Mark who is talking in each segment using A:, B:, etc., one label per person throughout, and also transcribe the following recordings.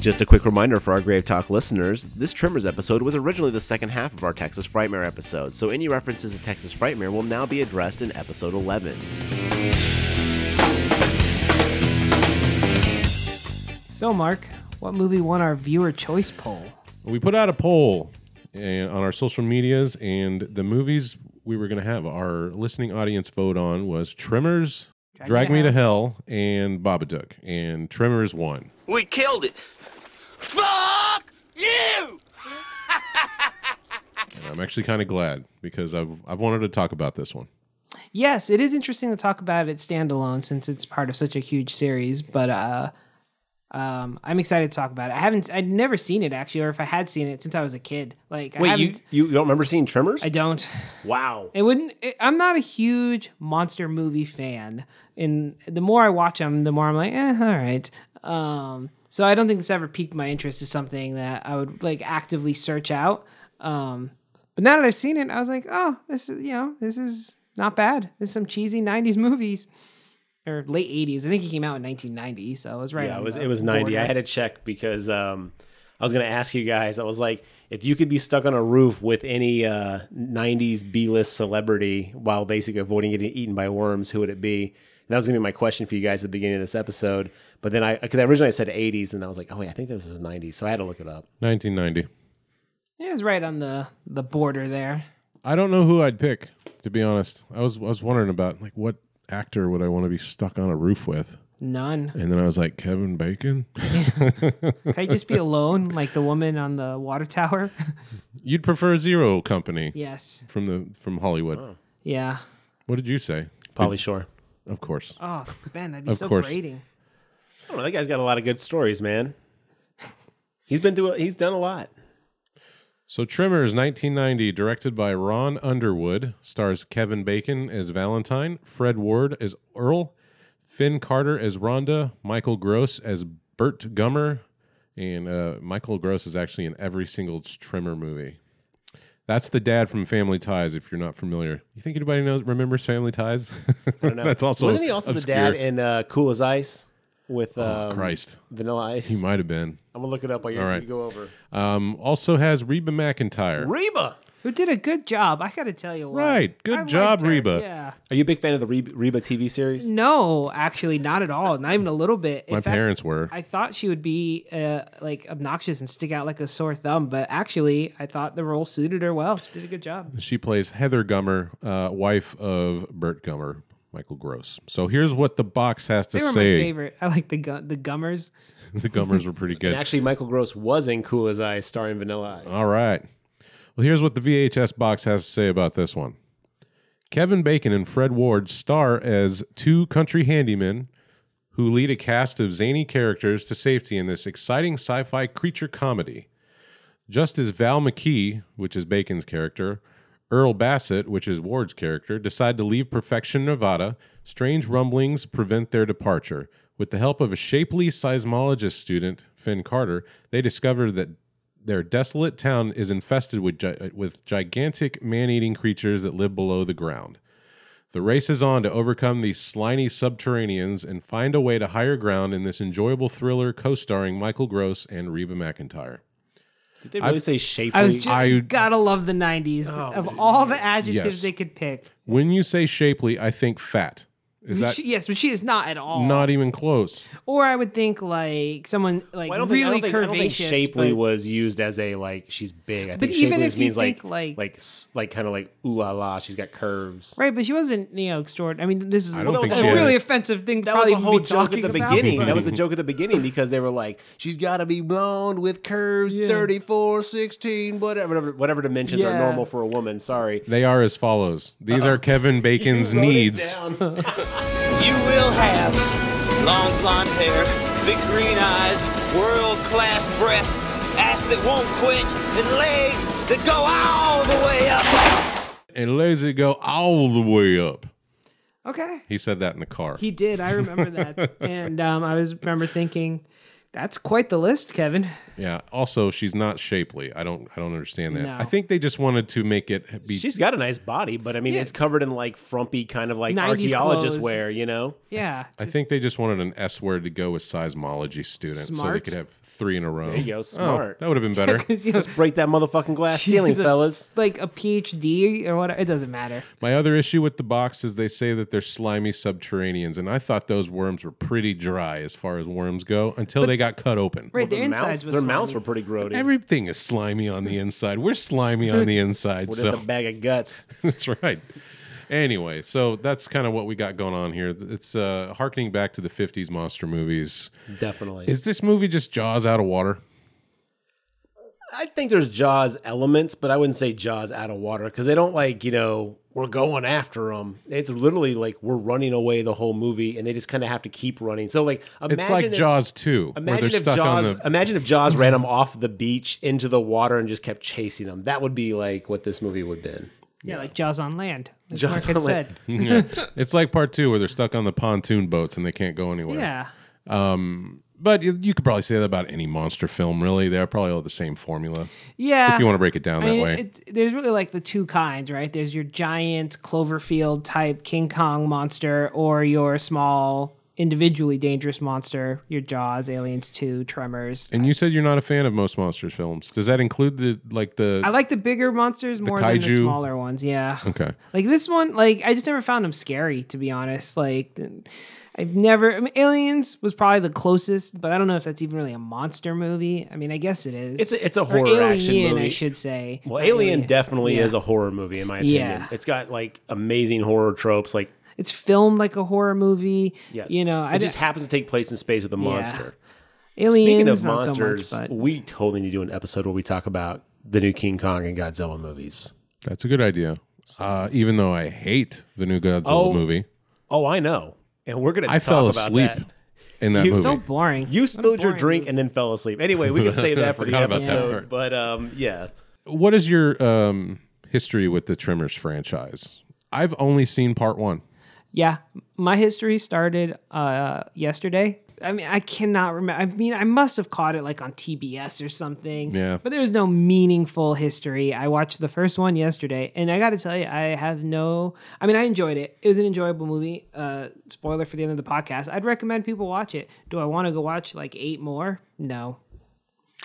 A: Just a quick reminder for our Grave Talk listeners this Trimmers episode was originally the second half of our Texas Frightmare episode, so any references to Texas Frightmare will now be addressed in episode 11.
B: So, Mark, what movie won our viewer choice poll?
C: We put out a poll and, on our social medias, and the movies we were going to have our listening audience vote on was Tremors, Drag, Me to Hell, and Babadook. And Tremors won.
D: We killed it. Fuck you!
C: And I'm actually kind of glad because I've, I've wanted to talk about this one.
B: Yes, it is interesting to talk about it standalone since it's part of such a huge series, but uh um, I'm excited to talk about it. I haven't, I'd never seen it actually, or if I had seen it since I was a kid. Like, I
A: Wait, you,
B: haven't,
A: you don't remember seeing Tremors?
B: I don't.
A: Wow.
B: It wouldn't. It, I'm not a huge monster movie fan, and the more I watch them, the more I'm like, eh, all right. Um, so I don't think this ever piqued my interest as something that I would like actively search out. Um, but now that I've seen it, I was like, oh, this is you know, this is not bad. This is some cheesy '90s movies or late '80s. I think it came out in 1990, so it was right.
E: Yeah,
B: on
E: it was
B: uh, the
E: it was ninety.
B: border.
E: I had to check because um, I was going to ask you guys. I was like, if you could be stuck on a roof with any uh, '90s B-list celebrity while basically avoiding getting eaten by worms, who would it be? And that was going to be my question for you guys at the beginning of this episode. But then I, because originally I said '80s, and I was like, oh wait, I think this is '90s, so I had to look it up.
C: 1990.
B: Yeah, it was right on the the border there.
C: I don't know who I'd pick, to be honest. I was, I was wondering about like what actor would I want to be stuck on a roof with?
B: None.
C: And then I was like, Kevin Bacon?
B: Could I just be alone, like the woman on the water tower?
C: You'd prefer Zero Company
B: yes.
C: from the from Hollywood.
B: Yeah.
C: What did you say?
E: Polly Shore.
C: Of course.
B: Oh, Ben, that'd be
C: Of
B: so
C: course.
B: grating.
E: I don't know. That guy's got a lot of good stories, man. He's been doing. He's done a lot.
C: So Tremors 1990, directed by Ron Underwood, stars Kevin Bacon as Valentine, Fred Ward as Earl, Finn Carter as Rhonda, Michael Gross as Bert Gummer, and uh, Michael Gross is actually in every single Tremor movie. That's the dad from Family Ties. If you're not familiar, you think anybody knows remembers Family Ties? That's also
E: wasn't he also
C: obscure. Oh,
E: the dad in uh, Cool as Ice with um,
C: Christ.
E: Vanilla Ice?
C: He might have been.
E: I'm gonna look it up while you,
C: All right.
E: you go over.
C: Um, also has Reba McIntyre.
E: Reba.
B: Who did a good job? I gotta tell you. What.
C: Right. Good
B: I liked
C: job,
B: her,
C: Reba.
B: Yeah.
E: Are you a big fan of the Reba, Reba TV series?
B: No, actually, not at all. Not even a little bit. In
C: My
B: fact,
C: parents were.
B: I thought she would be uh, like obnoxious and stick out like a sore thumb, but actually, I thought the role suited her well. She did a good job.
C: She plays Heather Gummer, uh, wife of Bert Gummer, Michael Gross. So here's what the box has to
B: They were my
C: say.
B: favorite. I like the gu- the gummers.
C: the Gummers were pretty good.
E: And actually, Michael Gross was in Cool as Ice, starring Vanilla Ice.
C: All right. Well, here's what the VHS box has to say about this one. Kevin Bacon and Fred Ward star as two country handymen who lead a cast of zany characters to safety in this exciting sci fi creature comedy. Just as Val McKee, which is Bacon's character, Earl Bassett, which is Ward's character, decide to leave Perfection, Nevada, strange rumblings prevent their departure. With the help of a shapely seismologist student, Finn Carter, they discover that their desolate town is infested with, gi- uh, with gigantic man eating creatures that live below the ground. The race is on to overcome these slimy subterraneans and find a way to higher ground in this enjoyable thriller co starring Michael Gross and Reba McIntyre.
E: Did they really say shapely?
B: I was just
C: I-
B: gotta love the '90s.
E: Oh,
B: of all the adjectives
C: Yes.
B: they could pick,
C: When you say shapely, I think fat. Is that
B: she, yes, but she is not at all.
C: not even close?
B: Or I would think like someone like
E: Well, I don't think- I
B: really
E: don't think- I
B: curvaceous.
E: don't think shapely
B: but-
E: was used as a like she's big. I think
B: But
E: shapely
B: even
E: just
B: if you
E: means like
B: think, like-
E: like like s- like kind of like ooh la la, she's got curves.
B: Right, but she wasn't, you know, extraordinary. I mean, this is
C: I don't
B: a
C: think
B: a
C: she
B: really
C: is.
B: offensive thing. to
E: That was
B: probably
E: the whole
B: be
E: joke
B: talking
E: at the
B: about.
E: beginning. That was the joke at the beginning because they were like, she's got to be blonde with curves, 34, 16, whatever, whatever, whatever dimensions
B: Yeah.
E: are normal for a woman. Sorry.
C: They are as follows. These are Kevin Bacon's
E: You wrote it
C: needs.
E: down.
D: You will have long blonde hair, big green eyes, world class breasts, ass that won't quit, and legs that go all the way up.
C: and lays it go all the way up.
B: Okay,
C: He said that in the car.
B: he did. I remember that, and um, I was remember thinking, that's quite the list, Kevin.
C: yeah. Also, she's not shapely. I don't. I don't understand that.
B: No.
C: I think they just wanted to make it be.
E: She's got a nice body, but I mean, it's covered in like frumpy kind of like
B: 90s
E: archaeologist
B: clothes.
E: wear, you know?
B: Yeah,
C: I think they just wanted an S word to go with seismology students, so they
B: Smart.
C: could have three in a row. There
E: you go, smart.
C: that would have been better.
B: Because you know,
E: Break that motherfucking glass ceiling,
B: she's a-
E: fellas.
B: Like a PhD or whatever. It doesn't matter.
C: My other issue with the box is they say that they're slimy subterraneans, and I thought those worms were pretty dry as far as worms go until they got cut open.
B: Right, their
E: Their mouths,
B: insides was
E: their mouths were
B: slimy.
E: pretty grody.
C: Everything is slimy on the inside. We're slimy on the inside.
E: We're
C: so
E: just a bag of guts.
C: That's right. Anyway, so that's kind of what we got going on here. It's uh harkening back to the 50s monster movies.
E: Definitely.
C: Is this movie just jaws out of water?
E: I think there's Jaws elements, but I wouldn't say Jaws out of water because they don't like, you know, we're going after them. It's literally like we're running away the whole movie and they just kind of have to keep running. So, like, imagine
C: It's like
E: if,
C: Jaws 2 where
E: Imagine
C: they're
E: if,
C: stuck
E: Jaws,
C: on the
E: imagine if Jaws ran them off the beach into the water and just kept chasing them. That would be like what this movie would have been.
B: Yeah, like Jaws on land. Like
E: Jaws
B: Mark had
E: on land.
B: said.
C: It's like part 2 where they're stuck on the pontoon boats and they can't go anywhere.
B: Yeah.
C: But you you could probably say that about any monster film really. They're probably all the same formula.
B: Yeah.
C: If you want to break it down
B: I
C: that
B: mean,
C: way.
B: It, there's really like the two kinds, right? There's your giant Cloverfield type King Kong monster, or your small, individually dangerous monster, your Jaws, Aliens 2, Tremors.
C: and you said you're not a fan of most monsters films. Does that include the like the
B: I like the bigger monsters more than the
C: kaiju.
B: smaller ones. Yeah.
C: Okay.
B: Like this one, like I just never found them scary, to be honest. Like I've never. I mean, Aliens was probably the closest, but I don't know if that's even really a monster movie. I mean, I guess it is.
E: It's a, it's a
B: Or
E: horror
B: Alien,
E: action movie.
B: I should say.
E: well,
B: Not
E: Alien definitely
B: Yeah.
E: is a horror movie in my opinion.
B: Yeah.
E: It's got like amazing horror tropes. Like,
B: It's filmed like a horror movie.
E: yes,
B: You know,
E: it
B: I
E: just
B: just
E: happens to take place in space with a monster.
B: Aliens.
E: Speaking of
B: not
E: monsters,
B: so much, but
E: we totally need to do an episode where we talk about the new King Kong and Godzilla movies.
C: That's a good idea. Uh, even though I hate the new Godzilla
E: Oh,
C: movie.
E: Oh, I know. And we're gonna.
C: I
E: talk
C: fell
E: about
C: asleep
E: that.
C: in that
E: You-
C: movie.
B: so boring.
E: You spilled your
B: boring
E: drink and then fell asleep. Anyway, we can save that for the
C: Forgot about that
E: episode.
C: part.
E: But um, yeah,
C: what is your um, history with the Tremors franchise? I've only seen part one.
B: Yeah, my history started uh, yesterday. I mean, I cannot remember. I mean, I must have caught it like on TBS or something.
C: Yeah.
B: But there was no meaningful history. I watched the first one yesterday, and I got to tell you, I have no. I mean, I enjoyed it. It was an enjoyable movie. Uh, spoiler for the end of the podcast. I'd recommend people watch it. Do I want to go watch like eight more? No.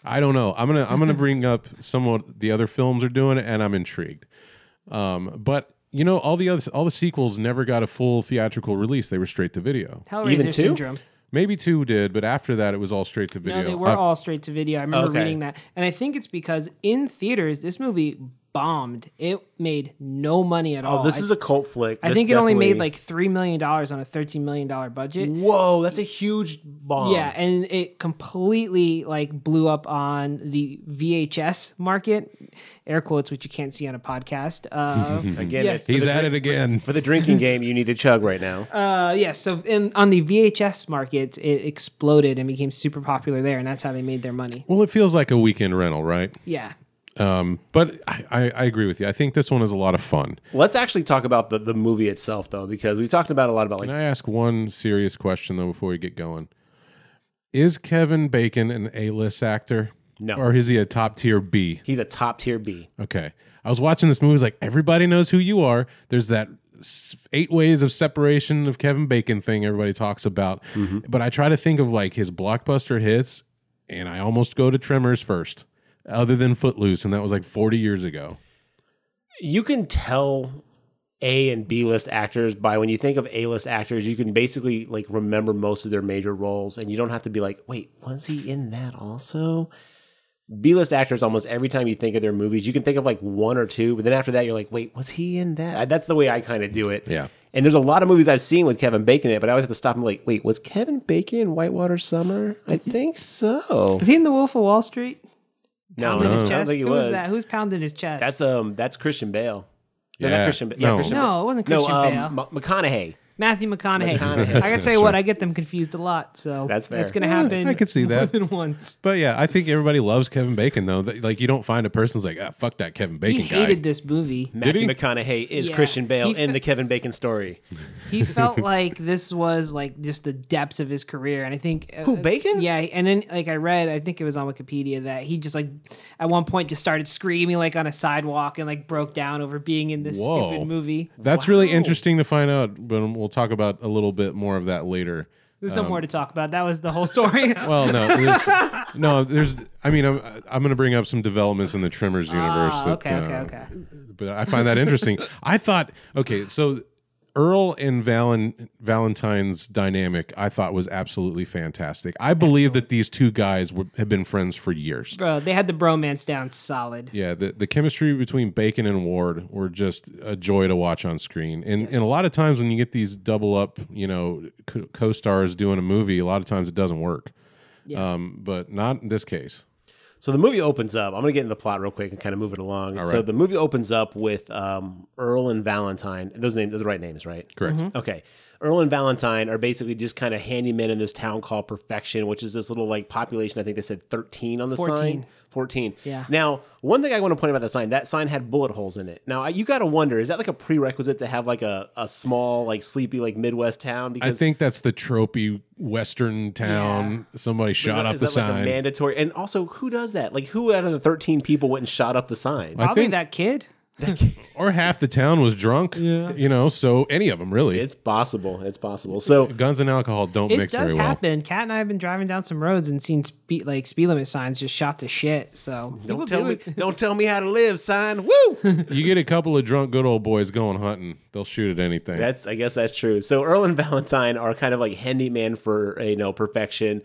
C: I don't know. I'm gonna I'm gonna bring up some of the other films are doing, and I'm intrigued. Um, but you know, all the other all the sequels never got a full theatrical release. They were straight to video.
B: Hellraiser
E: Even two?
B: syndrome.
C: Maybe two did, but after that, it was all straight to video. Uh,
B: No, they were
C: I-
B: all straight to video. I remember
E: Uh, Okay.
B: reading that. And I think it's because in theaters, this movie bombed. It made no money at all.
E: Oh, this
B: I,
E: is a cult flick.
B: I
E: This
B: think it only
E: definitely-
B: made like $3 million on a $13 million budget.
E: Whoa, that's a huge bomb.
B: Yeah, and it completely like blew up on the VHS market, air quotes, which you can't see on a podcast. Uh,
E: again,
B: Yes.
E: it's-
C: He's at it again.
E: for the drinking game. You need to chug right now.
B: uh, yeah, so in, on the VHS market, it exploded and became super popular there, and that's how they made their money.
C: Well, it feels like a weekend rental, right?
B: Yeah,
C: But I, I, I agree with you. I think this one is a lot of fun.
E: Let's actually talk about the, the movie itself though, because we talked about a lot about like
C: Can I ask one serious question though before we get going? Is Kevin Bacon an A-list actor?
E: No.
C: Or is he a top tier B?
E: he's a top tier B.
C: Okay. I was watching this movie. It's like everybody knows who you are. There's that s- eight ways of separation of Kevin Bacon thing everybody talks about.
B: Mm-hmm.
C: But I try to think of like his blockbuster hits, and I almost go to Tremors first, other than Footloose, and that was like 40 years ago.
E: You can tell A and B list actors by when you think of A list actors, you can basically like remember most of their major roles, and you don't have to be like, wait, was he in that also? B list actors, almost every time you think of their movies, you can think of like one or two, but then after that, you're like, wait, was he in that? I- That's the way I kind of do it.
C: Yeah.
E: And there's a lot of movies I've seen with Kevin Bacon in it, but I always have to stop and be like, wait, was Kevin Bacon in Whitewater Summer? I think so.
B: is he in The Wolf of Wall Street?
E: No,
C: Oh,
B: pounding
E: no,
B: his
E: I
B: chest?
E: don't think he
B: Who
E: was.
B: that? Who's pounding his chest?
E: That's um, that's Christian Bale. No,
C: Yeah.
E: not Christian. Ba- yeah,
C: No.
E: Christian
B: No, it wasn't Christian Bale.
E: Ma- McConaughey.
B: Matthew McConaughey.
E: McConaughey.
B: I gotta tell you what, I get them confused a lot, so
E: That's fair.
B: gonna happen.
C: I could see
B: more
C: that.
B: than once.
C: But yeah, I think everybody loves Kevin Bacon though. That- Like you don't find a person's like, ah, fuck that Kevin Bacon
B: He
C: guy.
B: hated this movie.
E: Matthew
C: he?
E: McConaughey is
B: Yeah.
E: Christian Bale
B: He fe-
E: in the Kevin Bacon story.
B: He felt like this was like just the depths of his career, and I think uh,
E: Who, Bacon?
B: Yeah, and then like I read, I think it was on Wikipedia that he just like at one point just started screaming like on a sidewalk and like broke down over being in this
C: Whoa.
B: stupid movie.
C: That's really interesting to find out, but we'll talk about a little bit more of that later.
B: There's no more to talk about. That was the whole story.
C: Um, Well, no, there's, no, there's. I mean, I'm I'm going to bring up some developments in the Tremors universe.
B: Ah,
C: that,
B: okay, okay,
C: uh,
B: okay.
C: But I find that interesting. I thought, okay, so Earl and Valen, Valentine's dynamic, I thought was absolutely fantastic. I believe that these two guys were, have been friends for years.
B: Bro, they had the bromance down solid.
C: Yeah, the, the chemistry between Bacon and Ward were just a joy to watch on screen. And and a lot of times when you get these double up, you know, co- co-stars doing a movie, a lot of times it doesn't work. Um, but not in this case.
E: So the movie opens up. I'm going to get into the plot real quick and kind of move it along. So
C: right.
E: the movie opens up with um, Earl and Valentine. Those names, those are the right names, right?
C: Correct.
E: Okay. Earl and Valentine are basically just kind of handymen in this town called Perfection, which is this little like population. I think they said 13 on the
B: 14.
E: sign. 14.
B: Yeah.
E: Now, one thing I want to point about that sign, that sign had bullet holes in it. Now, I- you got to wonder, is that like a prerequisite to have like a, a small, like sleepy, like Midwest town?
C: I think that's the tropey western town. Somebody
E: is
C: shot
E: that-
C: up
E: is
C: the
E: that Like
C: sign.
E: a mandatory. And also, who does that? Like, who out of the 13 people went and shot up the sign?
B: Probably
C: think-
B: that kid.
C: or half the town was drunk. Yeah. You know, so any of them really.
E: It's possible. It's possible. So
C: Guns and alcohol don't
B: It
C: mix
B: does
C: very well.
B: happen. Cat and I have been driving down some roads and seen speed like speed limit signs just shot to shit. So people
E: don't tell
B: do
E: me,
B: it.
E: don't tell me how to live, sign. Woo!
C: You get a couple of drunk good old boys going hunting, they'll shoot at anything.
E: that's I guess that's true. So Earl and Valentine are kind of like handyman for uh, you know perfection.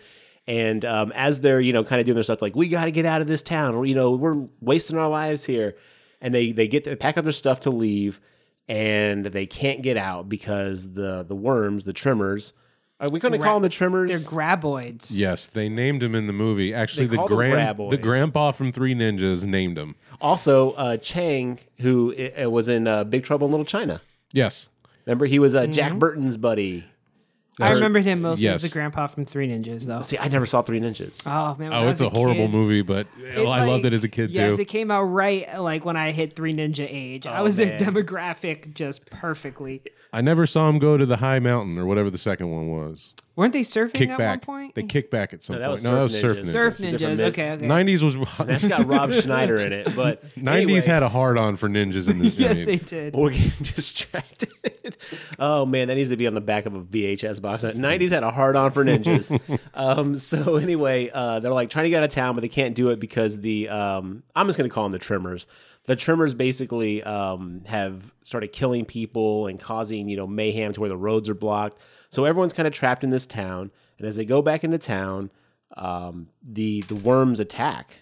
E: And um, as they're you know kind of doing their stuff, like we got to get out of this town. or, You know we're wasting our lives here. And they they get to pack up their stuff to leave, and they can't get out because the the worms, the trimmers. Are we going to call them the trimmers?
B: They're graboids.
C: Yes, they named him in the movie. Actually,
E: They
C: the
E: called them
C: grand
E: Graboids.
C: the grandpa from Three Ninjas named him.
E: also, uh, Chang, who uh, was in uh, Big Trouble in Little China.
C: Yes.
E: Remember, he was uh, Jack Burton's buddy.
B: I remembered him mostly
C: yes.
B: as the grandpa from Three Ninjas, though.
E: See, I never saw Three Ninjas.
B: Oh man! when I
C: Oh,
B: was
C: it's a horrible
B: kid,
C: movie, but
B: it,
C: I
B: like-
C: loved it as a kid
B: Yes,
C: too. Oh,
B: it came out right like when I hit Three Ninja age. I was in demographic just perfectly.
C: I never saw him go to the high mountain or whatever the second one was.
B: Weren't they surfing at one
C: Kickback.
B: point?
C: They kickback at some
E: that
C: point.
E: was
C: No,
E: Surf
C: that was
E: Ninjas.
B: Surf
C: surf ninjas.
E: It's a different
B: ninjas.
E: mid-
B: Okay, okay.
C: Nineties was
E: That's got Rob Schneider in it, but
C: nineties
E: anyway,
C: had a hard on for ninjas in this.
B: yes,
C: movie.
B: they did.
E: we're getting distracted. oh man, that needs to be on the back of a VHS box. Nineties had a hard on for ninjas. um, so anyway, uh, they're like trying to get out of town, but they can't do it because the um, I'm just going to call them the Trimmers. The Trimmers basically um, have started killing people and causing you know mayhem to where the roads are blocked. So everyone's kind of trapped in this town. And as they go back into town, um, the the worms attack.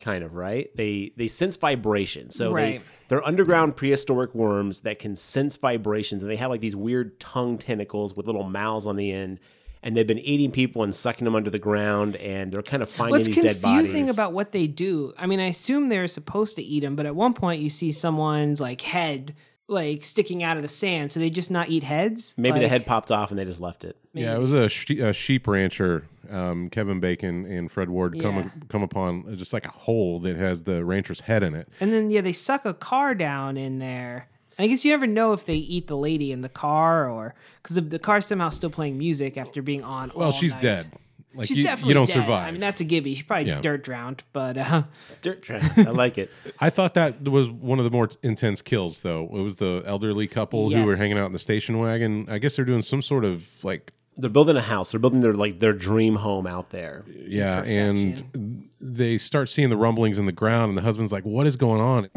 E: kind of right they they sense vibrations so
B: Right.
E: they, they're underground prehistoric worms that can sense vibrations and they have like these weird tongue tentacles with little mouths on the end and they've been eating people and sucking them under the ground and they're kind of finding
B: What's
E: these dead bodies
B: confusing about what they do? I mean, I assume they're supposed to eat them, but at one point you see someone's like head like sticking out of the sand, so they just not eat heads.
E: maybe the
B: Like,
E: head popped off and they just left it
C: Yeah, it was a, she- a sheep rancher. Um, Kevin Bacon and Fred Ward come
B: Yeah.
C: come upon just like a hole that has the rancher's head in it.
B: And then yeah, they suck a car down in there. And I guess you never know if they eat the lady in the car or because the, the car's somehow still playing music after being on.
C: Well, she's dead. Like
B: She's
C: you,
B: definitely
C: you don't
B: dead.
C: survive.
B: I mean, that's a Gibby. She's probably
C: Yeah.
B: dirt drowned, but uh,
E: dirt trap i like it
C: I thought that was one of the more intense kills, though. It was the elderly couple who were
B: Yes.
C: hanging out in the station wagon. I guess they're doing some sort of like
E: they're building a house they're building their like their dream home out there
C: yeah, and they start seeing the rumblings in the ground, and the husband's like, "What is going on?"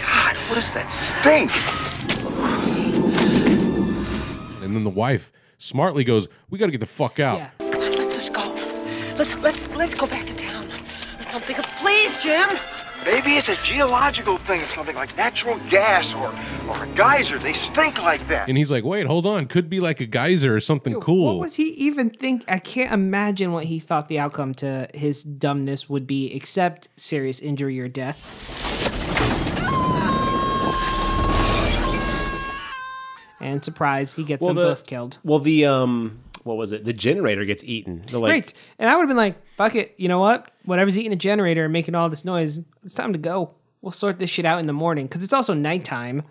F: God, what is that stink?
C: And then the wife smartly goes, "We got to get the fuck out."
B: yeah.
G: Come on, let's just go. Let's let's let's go back to town or something. Please, Jim.
F: Maybe it's a geological thing, something like natural gas or, or a geyser. They stink like that.
C: And he's like, "Wait, hold on. Could be like a geyser or something cool."
B: What was he even think? I can't imagine what he thought the outcome to his dumbness would be, except serious injury or death. And surprise, he gets them
E: the-
B: both killed.
E: well the um what was it the generator gets eaten the like
B: Great. And I would have been like, fuck it. You know what? Whatever's eating a generator and making all this noise, it's time to go. We'll sort this shit out in the morning because it's also nighttime.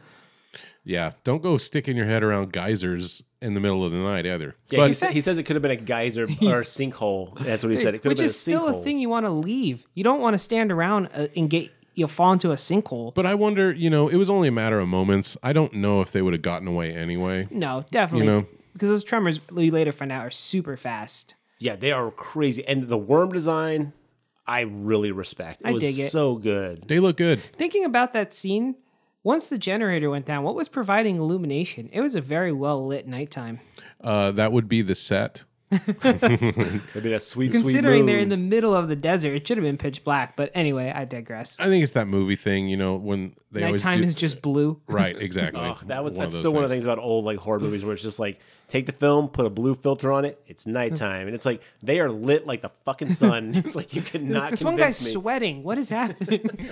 C: yeah, don't go sticking your head around geysers in the middle of the night either.
E: yeah, he, sa- he says it could have been a geyser or a sinkhole. That's what he said. It could have
B: Which
E: been a
B: is still
E: sinkhole.
B: a thing you want to leave. You don't want to stand around uh, and get you'll fall into a sinkhole.
C: But I wonder, you know, it was only a matter of moments. I don't know if they would have gotten away anyway.
B: no, definitely.
C: You know.
B: Because those tremors, we later find out, are super fast.
E: Yeah, they are crazy. And the worm design, I really respect. It
B: I
E: was
B: dig it.
E: so good.
C: They look good.
B: Thinking about that scene, once the generator went down, what was providing illumination? It was a very well lit nighttime.
C: Uh, that would be the set.
E: It'd be a sweet,
B: Considering
E: sweet
B: they're
E: moon.
B: in the middle of the desert, it should have been pitch black. But anyway, I digress.
C: I think it's that movie thing, you know, when they always
B: Nighttime
C: do-
B: is just blue.
C: right. Exactly.
E: Ugh, that was
C: One of
E: that's
C: those
E: still one of the
C: things.
E: things about old like horror movies where it's just like take the film, put a blue filter on it. It's nighttime, and it's like they are lit like the fucking sun. it's like you cannot
B: This
E: convince
B: one guy's
E: me.
B: sweating. What is happening?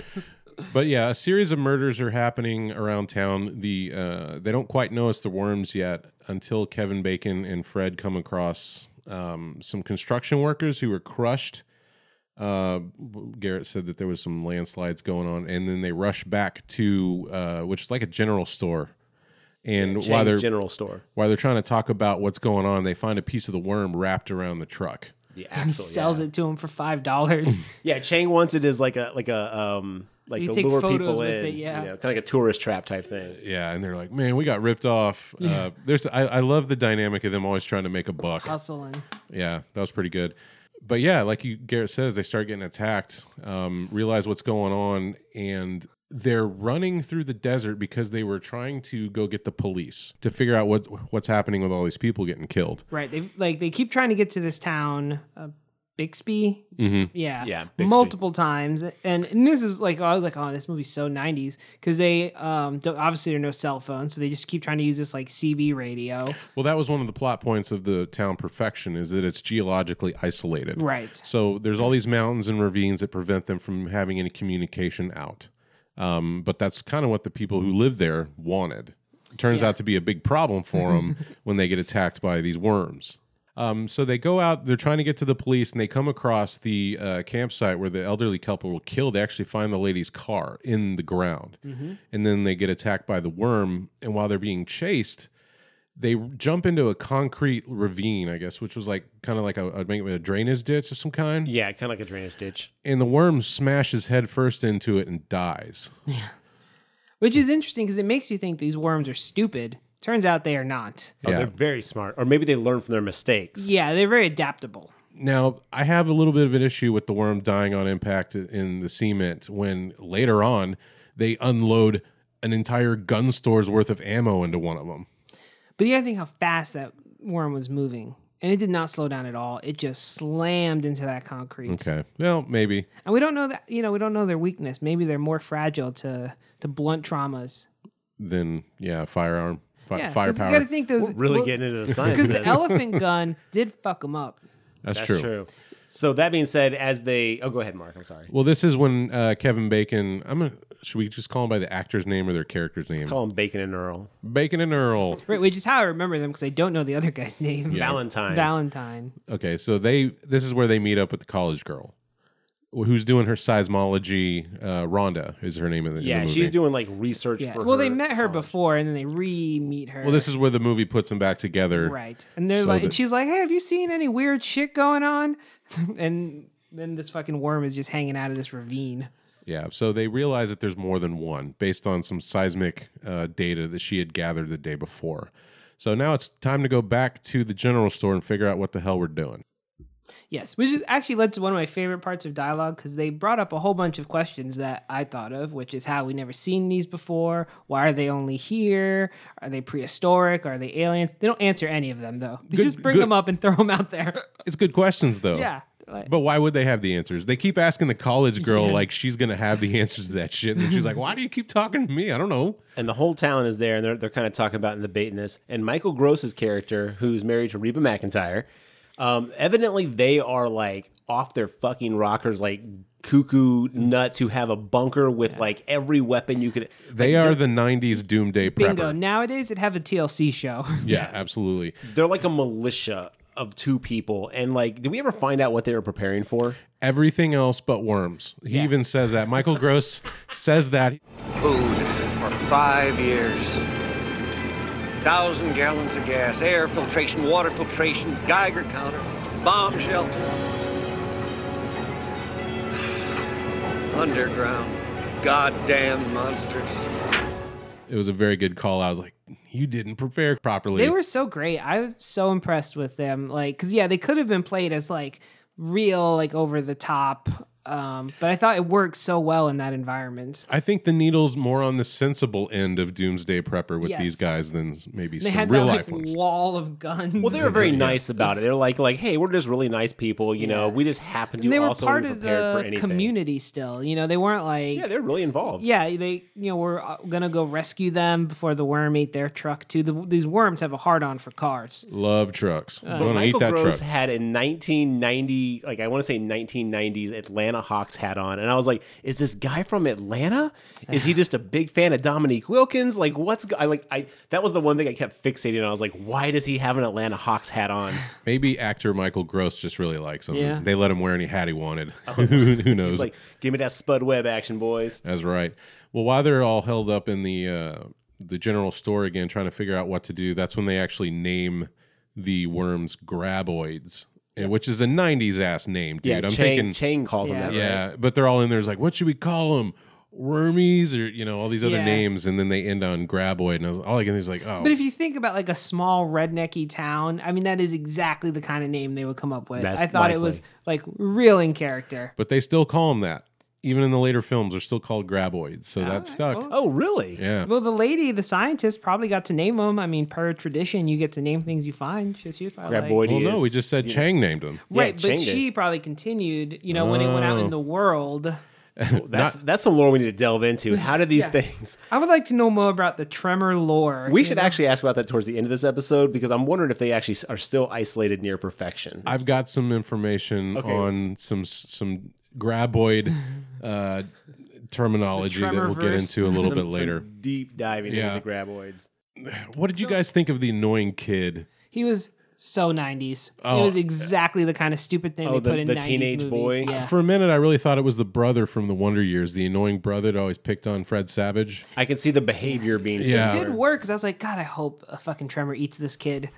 C: But yeah, a series of murders are happening around town. The uh, they don't quite know it's the worms yet until Kevin Bacon and Fred come across um, some construction workers who were crushed. Uh, Garrett said that there was some landslides going on, and then they rush back to uh, which is like a general store. And while they're
E: Chang's General Store.
C: while they're trying to talk about what's going on, they find a piece of the worm wrapped around the truck.
E: The
B: he
E: axle,
B: sells
E: yeah.
B: it to him for five dollars.
E: Yeah, Chang wants it as like a like a um like
B: You
E: to
B: take
E: lure
B: photos
E: people
B: with
E: in,
B: it, yeah.
E: you know, kind of like a tourist trap type thing.
C: Yeah, and they're like, "Man, we got ripped off." Uh, there's I, I love the dynamic of them always trying to make a buck.
B: Hustling.
C: Yeah, that was pretty good. But yeah, like you Garrett says, they start getting attacked, um, realize what's going on, and they're running through the desert because they were trying to go get the police to figure out what what's happening with all these people getting killed.
B: Right. They like they keep trying to get to this town, uh, Bixby. Yeah.
E: Yeah, Bixby.
B: Multiple times, and, and this is like I was like, oh, this movie's so '90s because they um don't, obviously there are no cell phones, so they just keep trying to use this like CB radio.
C: Well, that was one of the plot points of the town perfection is that it's geologically isolated.
B: Right.
C: So there's all these mountains and ravines that prevent them from having any communication out. Um, but that's kind of what the people who live there wanted. It turns out to be a big problem for them when they get attacked by these worms. Um, so they go out, they're trying to get to the police, and they come across the uh, campsite where the elderly couple were killed. They actually find the lady's car in the ground. And then they get attacked by the worm. And while they're being chased, they jump into a concrete ravine, I guess, which was like kind of like a, I'd make it a drainage ditch of some kind.
E: Yeah, kind of like a drainage ditch.
C: And the worm smashes head first into it and dies.
B: Which is interesting because it makes you think these worms are stupid. Turns out they are not.
E: Oh, they're very smart, or maybe they learn from their mistakes.
B: Yeah, they're very adaptable.
C: Now, I have a little bit of an issue with the worm dying on impact in the cement when later on they unload an entire gun store's worth of ammo into one of them.
B: But you gotta think how fast that worm was moving. And it did not slow down at all. It just slammed into that concrete.
C: Okay. Well, maybe.
B: And we don't know that you know, we don't know their weakness. Maybe they're more fragile to to blunt traumas.
C: Then, yeah, firearm, fi-
B: Yeah, 'cause
C: firepower.
B: You gotta think those
E: Really
B: well,
E: getting into the science.
B: because
E: of
B: the
E: this.
B: elephant gun did fuck them up.
C: That's,
E: That's
C: true.
E: true. So that being said, as they oh, go ahead, Mark. I'm sorry.
C: Well, this is when uh, Kevin Bacon. I'm gonna. Should we just call him by the actor's name or their character's name?
E: Call them Bacon and Earl.
C: Bacon and Earl.
B: Right, which is how I remember them because I don't know the other guy's name.
E: Valentine.
B: Valentine.
C: Okay, so they. This is where they meet up with the college girl, who's doing her seismology. Uh, Rhonda is her name in the in the
E: yeah,
C: movie.
E: she's doing like research
B: Yeah.
E: for.
B: Well,
E: her
B: they met her
E: college.
B: before and then they re meet her.
C: Well, this is where the movie puts them back together.
B: Right. And they're
C: So
B: like,
C: that-
B: and she's like, hey, have you seen any weird shit going on? and then this fucking worm is just hanging out of this ravine.
C: Yeah. So they realize that there's more than one based on some seismic uh, data that she had gathered the day before. So now it's time to go back to the general store and figure out what the hell we're doing.
B: Yes, which is actually led to one of my favorite parts of dialogue because they brought up a whole bunch of questions that I thought of, which is how we never seen these before. Why are they only here? Are they prehistoric? Are they aliens? They don't answer any of them though. They
C: Good-
B: just bring
C: good-
B: them up and throw them out there.
C: It's good questions though.
B: yeah. Like,
C: But why would they have the answers? They keep asking the college girl like she's gonna have the answers to that shit, and then she's like, "Why do you keep talking to me? I don't know."
E: and the whole town is there, and they're, they're kind of talking about and debating this. And Michael Gross's character, who's married to Reba McIntyre, um, evidently they are like off their fucking rockers, like cuckoo nuts who have a bunker with like every weapon you could.
C: They are the '90s doomsday prepper.
B: bingo. Nowadays it'd have a TLC show.
C: Yeah, absolutely.
E: They're like a militia of two people, and like, did we ever find out what they were preparing for?
C: Everything else but worms. He even says that. Michael Gross says that.
H: food for five years. Thousand gallons of gas, air filtration, water filtration, Geiger counter, bomb shelter. Underground. goddamn monsters.
C: It was a very good call. I was like, you didn't prepare properly.
B: They were so great. I was so impressed with them. Like, cause yeah, they could have been played as like real, like over the top. Um, but I thought it worked so well in that environment.
C: I think the needle's more on the sensible end of Doomsday Prepper with
B: Yes.
C: these guys than s- maybe
B: They
C: some
B: had
C: real
B: that
C: life
B: like
C: ones.
B: wall of guns.
E: Well, they were very nice about it. They're like, like, hey, we're just really nice people. You know, we just happen to
B: and they were
E: also be
B: part of
E: prepared for
B: the
E: anything.
B: community still. You know, they weren't like
E: Yeah, they're really involved.
B: yeah, they you know were uh, gonna go rescue them before the worm ate their truck too. The, these worms have a hard on for cars.
E: Oh.
C: Love trucks.
B: Uh,
C: I'm gonna eat
E: Michael
C: that
E: Gross
C: truck.
E: had a 1990, like I want to say 1990s Atlanta Hawks hat on, and I was like, "Is this guy from Atlanta? Is he just a big fan of Dominique Wilkins? Like, what's go-? I like? I that was the one thing I kept fixating on. I was like, why does he have an Atlanta Hawks hat on?
C: Maybe actor Michael Gross just really likes him.
B: Yeah.
C: They let him wear any hat he wanted. who, who knows?
E: It's like, give me that Spud Webb action, boys.
C: That's right. Well, while they're all held up in the uh, the general store again, trying to figure out what to do, that's when they actually name the worms graboids, and- which is a '90s ass name, dude.
E: yeah,
C: I'm
E: Chang,
C: thinking,
E: Chang calls him
B: Yeah.
E: that. right?
C: yeah, but they're all in there. It's like, what should we call them? Wormies, or you know, all these other
B: Yeah.
C: names, and then they end on graboid, and I was all I can think is like, oh,
B: But if you think about like a small rednecky town, I mean that is exactly the kind of name they would come up with.
E: That's
B: I thought it was like real in character.
C: but they still call them that. Even in the later films, they're still called graboids, so that stuck.
E: Oh, really?
C: yeah,
B: Well, the lady, the scientist, probably got to name them. I mean, per tradition, you get to name things you find. She, she was probably like-
E: Graboid.
C: well, no, we
E: is-
C: just said Chang named them.
E: Yeah, Oh.
B: right? but
E: Chang did.
B: she probably continued. You know, when it went out in the world.
E: that's that's some lore we need to delve into. How do these things?
B: I would like to know more about the tremor lore.
E: We
B: you
E: should
B: know?
E: actually ask about that towards the end of this episode because I'm wondering if they actually s- are still isolated near perfection.
C: I've got some information
E: Okay.
C: on some some graboid uh, terminology that we'll get
B: Tremorverse.
C: into a little
E: Some-
C: bit
E: some
C: later.
E: deep diving
C: Yeah.
E: into the graboids.
C: What did you guys think of the annoying kid?
B: He was so 90s.
C: Oh.
B: it was exactly the kind of stupid thing
E: Oh,
B: they
E: the-
B: put in
E: the
B: 90s
E: teenage
B: movies.
E: boy?
B: Yeah.
C: For a minute, I really thought it was the brother from the Wonder Years, the annoying brother that always picked on Fred Savage.
E: I can see the behavior being similar.
C: Yeah.
B: It did work because I was like, God, I hope a fucking tremor eats this kid.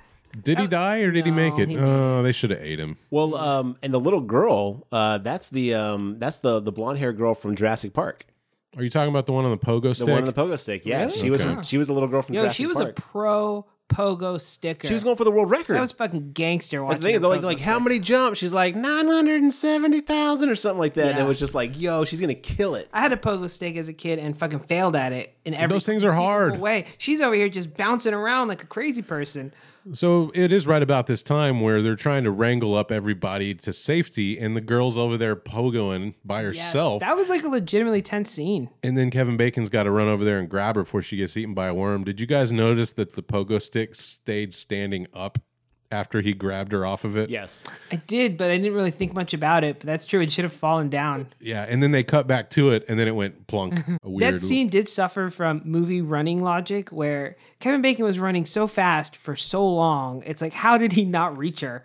C: Did
E: Oh,
C: he die or did he make
B: No,
C: it?
B: he made
C: Oh, they should have ate him.
E: Well, um, and the little girl, uh, that's the um, that's the the blonde haired girl from Jurassic Park,
C: Are you talking about the one on the pogo
E: the
C: stick?
E: one on the pogo stick. Yeah, she was
C: Okay.
E: she was the little girl from
B: Yo,
E: Jurassic
B: she was
E: Park.
B: a pro pogo sticker.
E: she was going for the world record.
B: That was fucking gangster
E: That's
B: watching.
E: the thing.
B: her
E: They're like,
B: pogo
E: like
B: stick.
E: how many jumps? She's like nine hundred and seventy thousand or something like that. And it
B: Yeah.
E: was just like, yo, she's gonna kill it.
B: I had a pogo stick as a kid and fucking failed at it in every
C: Those things are
B: conceivable
C: hard.
B: way. She's over here just bouncing around like a crazy person.
C: So it is right about this time where they're trying to wrangle up everybody to safety, and the girl's over there pogoing by
B: Yes,
C: herself.
B: that was like a legitimately tense scene.
C: And then Kevin Bacon's got to run over there and grab her before she gets eaten by a worm. Did you guys notice that the pogo stick stayed standing up after he grabbed her off of it?
E: Yes,
B: I did, but I didn't really think much about it. But that's true. It should have fallen down.
C: Yeah. And then they cut back to it and then it went plunk. A weird
B: That scene did suffer from movie running logic where Kevin Bacon was running so fast for so long. It's like, how did he not reach her?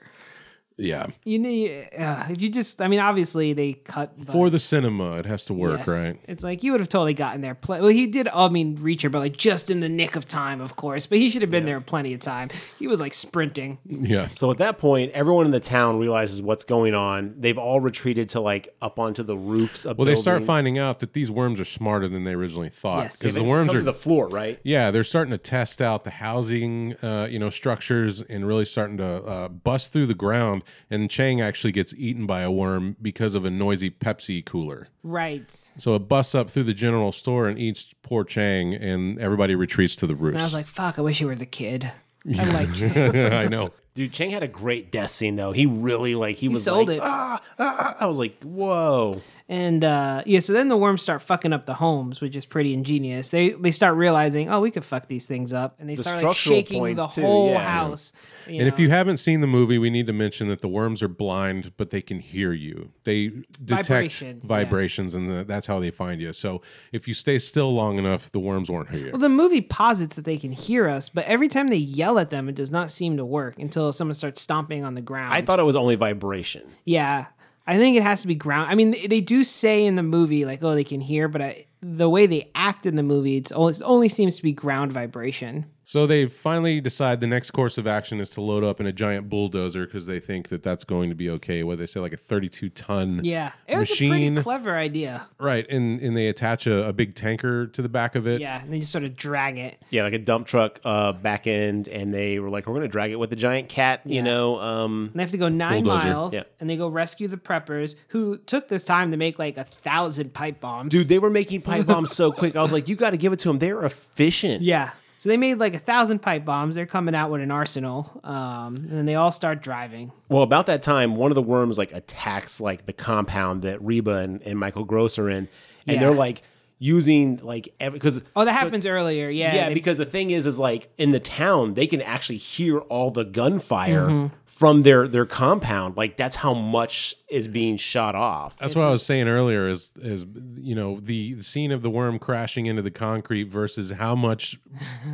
C: Yeah.
B: You need, uh, if you just, I mean, obviously they cut. but
C: For the cinema, it has to work,
B: yes.
C: right?
B: It's like you would have totally gotten there. Pl- well, he did, I mean, reach her, but like just in the nick of time, of course. But he should have been there plenty of time. He was like sprinting.
C: Yeah.
E: So at that point, everyone in the town realizes what's going on. They've all retreated to like up onto the roofs of
C: Well, they start
E: buildings.
C: finding out that these worms are smarter than they originally thought.
B: Yes.
C: Because
E: They
C: the worms
E: come
C: are.
E: to the floor, right?
C: yeah, they're starting to test out the housing, uh, you know, structures, and really starting to uh, bust through the ground. And Chang actually gets eaten by a worm because of a noisy Pepsi cooler.
B: Right.
C: So it busts up through the general store and eats poor Chang, and everybody retreats to the roofs.
B: And I was like, fuck, I wish you were the kid. I like him.
C: I know.
E: Dude, Chang had a great death scene though. He really like he, was
B: sold
E: like,
B: it.
E: Ah, ah, I was like, whoa.
B: And uh, yeah, so then the worms start fucking up the homes, which is pretty ingenious. They they start realizing, oh, we could fuck these things up, and they start like
E: structural
B: shaking
E: points, too,
B: the whole
E: yeah.
B: house.
C: And if you haven't seen the movie, we need to mention that the worms are blind, but they can hear you. They detect
B: Vibration, yeah.
C: vibrations, and the, that's how they find you. So if you stay still long enough, the worms won't hear you.
B: well, the movie posits that they can hear us, but every time they yell at them, it does not seem to work until someone starts stomping on the ground.
E: I thought it was only vibration.
B: yeah, I think it has to be ground. I mean, they- they do say in the movie like, oh, they can hear, but I, the way they act in the movie, it's only, it only seems to be ground vibration.
C: So they finally decide the next course of action is to load up in a giant bulldozer because they think that that's going to be okay. What they say, like a 32 ton
B: Yeah, it was a
C: machine.
B: pretty clever idea.
C: right. And, and they attach a, a big tanker to the back of it.
B: Yeah, and they just sort of drag it.
E: Yeah, like a dump truck uh, back end, and they were like, "We're gonna drag it with the giant cat," you know. Um,
B: And they have to go nine
C: Bulldozer.
B: miles,
E: Yeah.
B: and they go rescue the preppers who took this time to make like a thousand pipe bombs.
E: dude, they were making pipe bombs so quick. I was like, "You got to give it to them. They're efficient."
B: Yeah. So they made like a thousand pipe bombs. They're coming out with an arsenal, um, and then they all start driving.
E: Well, about that time, one of the worms like attacks like the compound that Reba and, and Michael Gross are in, and
B: Yeah.
E: they're like using like every because
B: Oh, that happens earlier. Yeah.
E: yeah
B: they-
E: because the thing is is like in the town they can actually hear all the gunfire
B: Mm-hmm.
E: from their their compound like that's how much is being shot off
C: That's what I was saying earlier. Is is you know the scene of the worm crashing into the concrete versus how much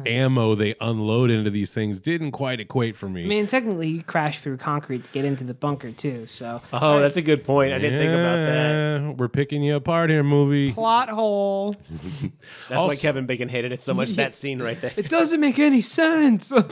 C: ammo they unload into these things didn't quite equate for me.
B: I mean, technically, you crash through concrete to get into the bunker too. So
E: oh that's a good point i didn't think about that
C: Yeah, We're picking you apart here, movie.
B: plot hole.
E: that's why
C: Also-
E: kevin bacon hated it so much that scene right there
B: It doesn't make any sense.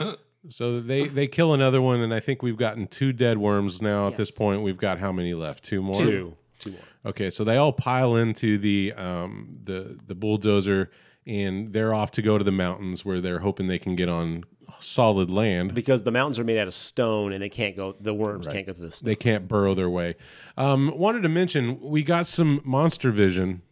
C: So they they kill another one, and I think we've gotten two dead worms now. At this
B: Yes.
C: point, we've got how many left? Two more.
E: two two more
C: Okay, so they all pile into the um the the bulldozer, and they're off to go to the mountains where they're hoping they can get on solid land.
E: because the mountains are made out of stone and they can't go the worms can't go through the stone
C: they can't burrow their way. Um, wanted to mention we got some monster vision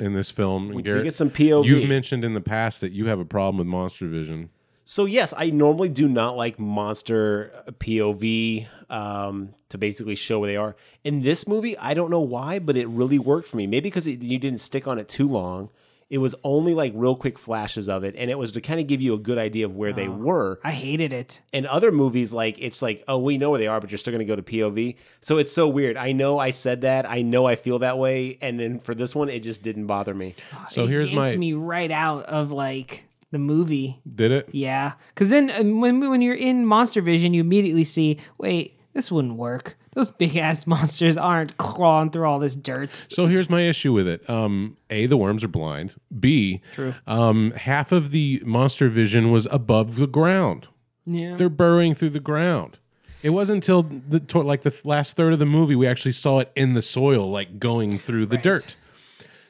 C: in this film. We
E: get some POV.
C: You've mentioned in the past that you have a problem with monster vision.
E: so yes i normally do not like monster uh, pov um, to basically show where they are in this movie i don't know why but it really worked for me maybe because it, you didn't stick on it too long it was only like real quick flashes of it and it was to kind of give you a good idea of where they were
B: I hated it.
E: in other movies, like it's like, oh, we know where they are, but you're still gonna go to POV. So it's so weird. I know I said that. I know I feel that way. And then for this one, it just didn't bother me.
C: So
B: It
C: here's
B: yanked
C: my
B: me right out of like the movie.
C: did it.
B: Yeah, because then um, when when you're in Monster Vision, you immediately see, wait, this wouldn't work. Those big ass monsters aren't clawing through all this dirt.
C: So here's my issue with it. Um, a, the worms are blind. B,
B: True.
C: Um, half of the monster vision was above the ground.
B: Yeah.
C: They're burrowing through the ground. It wasn't until the tw- like the th- last third of the movie we actually saw it in the soil, like going through the dirt.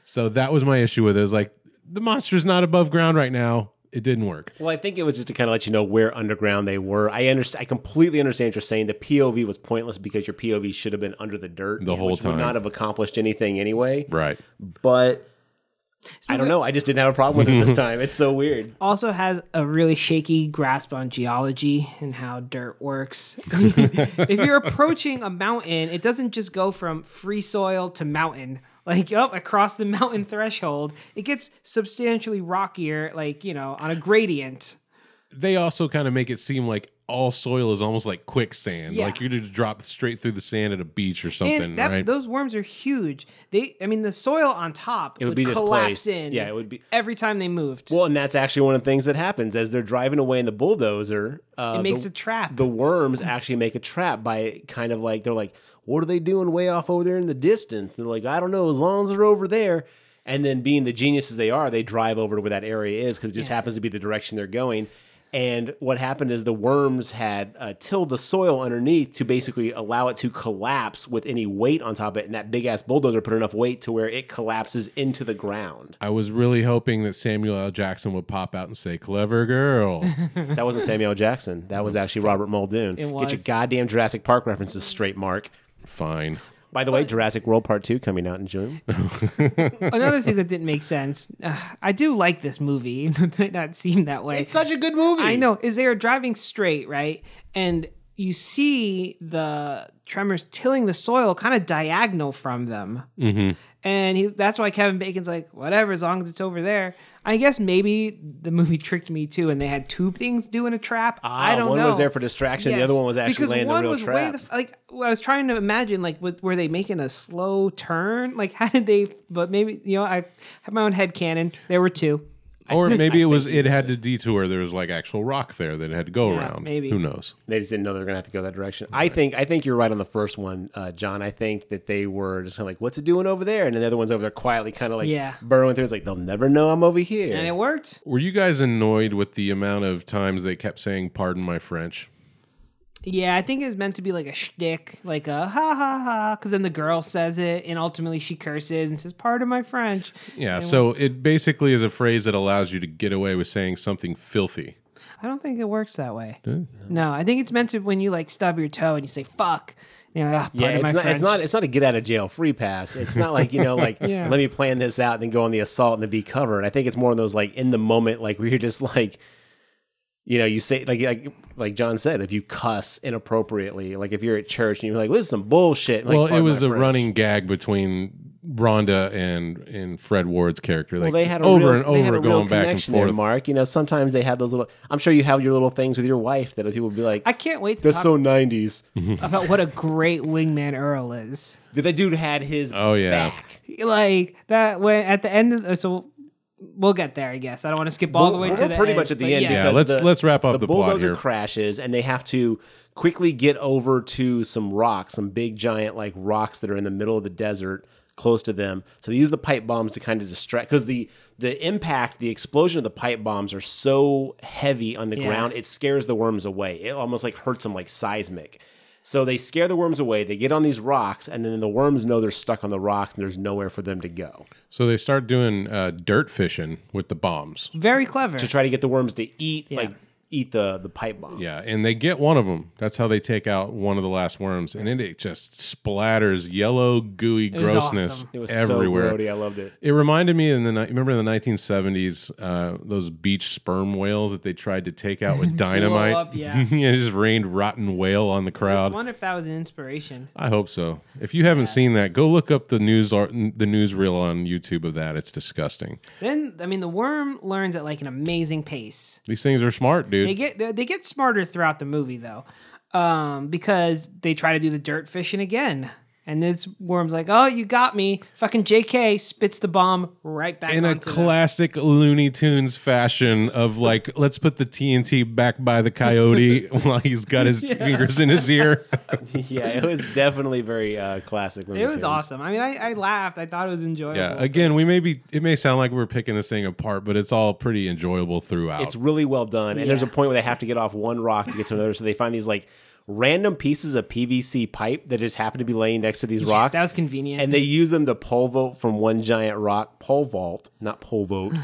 C: So that was my issue with it. it was like the monster's not above ground right now. It didn't work.
E: Well, I think it was just to kind of let you know where underground they were. I understand. I completely understand what you're saying. The POV was pointless because your POV should have been under the dirt
C: The whole
E: which
C: time.
E: Would not have accomplished anything anyway.
C: Right.
E: But I don't know. I just didn't have a problem with it this time. It's so weird.
B: Also has a really shaky grasp on geology and how dirt works. I mean, if you're approaching a mountain, it doesn't just go from free soil to mountain. Like up across the mountain threshold, it gets substantially rockier. Like you know, on a gradient.
C: They also kind of make it seem like all soil is almost like quicksand.
B: Yeah.
C: Like you could just drop straight through the sand at a beach or
B: And
C: something,
B: that-
C: right?
B: those worms are huge. They, I mean, the soil on top
E: would
B: would,
E: be
B: collapse
E: displaced.
B: in.
E: Yeah, it would be-
B: every time they moved.
E: Well, and that's actually one of the things that happens as they're driving away in the bulldozer. Uh,
B: It makes
E: the-
B: a trap.
E: The worms actually make a trap by kind of like they're like, "What are they doing way off over there in the distance?" And they're like, "I don't know. As long as they're over there." And then, being the geniuses they are, they drive over to where that area is because it just happens to be the direction they're going. And what happened is the worms had uh, tilled the soil underneath to basically allow it to collapse with any weight on top of it. And that big ass bulldozer put enough weight to where it collapses into the ground.
C: I was really hoping that Samuel L. Jackson would pop out and say, "Clever girl."
E: That wasn't Samuel Jackson. That was actually Robert Muldoon. Get your
B: was.
E: goddamn Jurassic Park references straight, Mark.
C: Fine.
E: By the way, Jurassic World Part Two coming out in June.
B: Another thing that didn't make sense. Uh, I do like this movie. it might not seem that way.
E: a good movie.
B: I know. Is they are driving straight, right? And you see the tremors tilling the soil kind of diagonal from them.
E: Mm-hmm.
B: And he, that's why Kevin Bacon's like, whatever, as long as it's over there. I guess maybe the movie tricked me too, and they had two things doing a trap. I don't
E: Ah, one
B: know.
E: was there for distraction, the other one was actually
B: because
E: laying the
B: one
E: real
B: was Way
E: trap.
B: the, f- like I was trying to imagine, like was, were they making a slow turn? Like how did they? But maybe you know, I have my own head cannon. There were two.
C: Or maybe it was it had to detour. There was like actual rock there that it had to go
B: Yeah,
C: around.
B: maybe.
C: Who knows?
E: They just didn't know they were gonna have to go that direction. I think I think you're right on the first one, uh, John. I think that they were just kind of like, "What's it doing over there?" And then the other one's over there quietly, kind of like
B: Yeah.
E: burrowing through. It's like they'll never know I'm over
B: and
E: here.
B: it worked.
C: Were you guys annoyed with the amount of times they kept saying "Pardon my French"?
B: Yeah, I think it's meant to be like a shtick, like a ha ha ha, because then the girl says it, and ultimately she curses and says, "Pardon my French."
C: Yeah. So it basically is a phrase that allows you to get away with saying something filthy.
B: I don't think it works that way. No, I think it's meant to when you like stub your toe and you say "fuck." You know, "Ah,
E: Yeah,
B: pardon my
E: it's not,
B: French.
E: it's not it's not a get out of jail free pass. It's not like you know, like
B: Yeah.
E: let me plan this out and then go on the assault and then be covered. I think it's more of those like in the moment, like where you're just like, you know, you say like like like John said, if you cuss inappropriately, like if you're at church and you're like, well, this is some bullshit. Like,
C: well, it
E: pardon my
C: was a
E: French.
C: running gag between Rhonda and and Fred Ward's character.
E: Well,
C: Like
E: they had a
C: over
E: real,
C: and
E: they had a
C: over
E: real
C: going back and
E: connection there,
C: forth.
E: Mark, you know, sometimes they have those little. I'm sure you have your little things with your wife that people would be like,
B: I can't wait to
E: "That's
B: talk
E: so '90s."
B: about what a great wingman Earl is.
E: that dude had his
C: Oh, yeah.
E: back.
B: like that when at the end of uh, so we'll get there i guess i don't want to skip all the way
E: We're
B: to the
E: pretty
B: end,
E: much at the
B: but
E: end.
B: yeah.
C: Yeah,
E: because
C: let's- let's wrap up the plot
E: bulldozer
C: here.
E: crashes, and they have to quickly get over to some rocks, some big giant like rocks that are in the middle of the desert, close to them. So they use the pipe bombs to kind of distract because the the impact, the explosion of the pipe bombs are so heavy on the
B: Yeah.
E: ground, it scares the worms away. It almost like hurts them like seismic. So they scare the worms away. They get on these rocks, and then the worms know they're stuck on the rocks, and there's nowhere for them to go
C: So they start doing uh, dirt fishing with the bombs.
B: very clever
E: to try to get the worms to eat, like eat the the pipe bomb.
C: Yeah, and they get one of them. That's how they take out one of the last worms, and it, it just splatters yellow, gooey
B: was
C: grossness
B: awesome.
E: It was
C: everywhere.
E: so grody. I loved it.
C: It reminded me in the ni- remember in the 1970s uh, those beach sperm whales that they tried to take out with dynamite.
B: up, yeah.
C: it just rained rotten whale on the
B: i
C: crowd.
B: wonder if that was an inspiration
C: I hope so. If you haven't seen that, go look up the news ar- the newsreel on YouTube of that. It's disgusting.
B: then i mean the worm learns at like an amazing pace
C: These things are smart, dude.
B: they get they- they get smarter throughout the movie though um because they try to do the dirt fishing again and this worm's like oh you got me fucking jk spits the bomb right back
C: in a
B: onto them.
C: classic Looney Tunes fashion of like, let's put the TNT back by the coyote while he's got his fingers in his ear.
E: Yeah, it was definitely very uh, classic. Looney
B: it was
E: Tunes.
B: awesome i mean i, I laughed i thought it was enjoyable
C: yeah. Again, we may be it may sound like we're picking this thing apart, but it's all pretty enjoyable throughout.
E: It's really well done. And there's a point where they have to get off one rock to get to another. So they find these like random pieces of PVC pipe that just happen to be laying next to these rocks.
B: that was convenient
E: And they use them to pole vault from one giant rock, pole vault, not pole vault,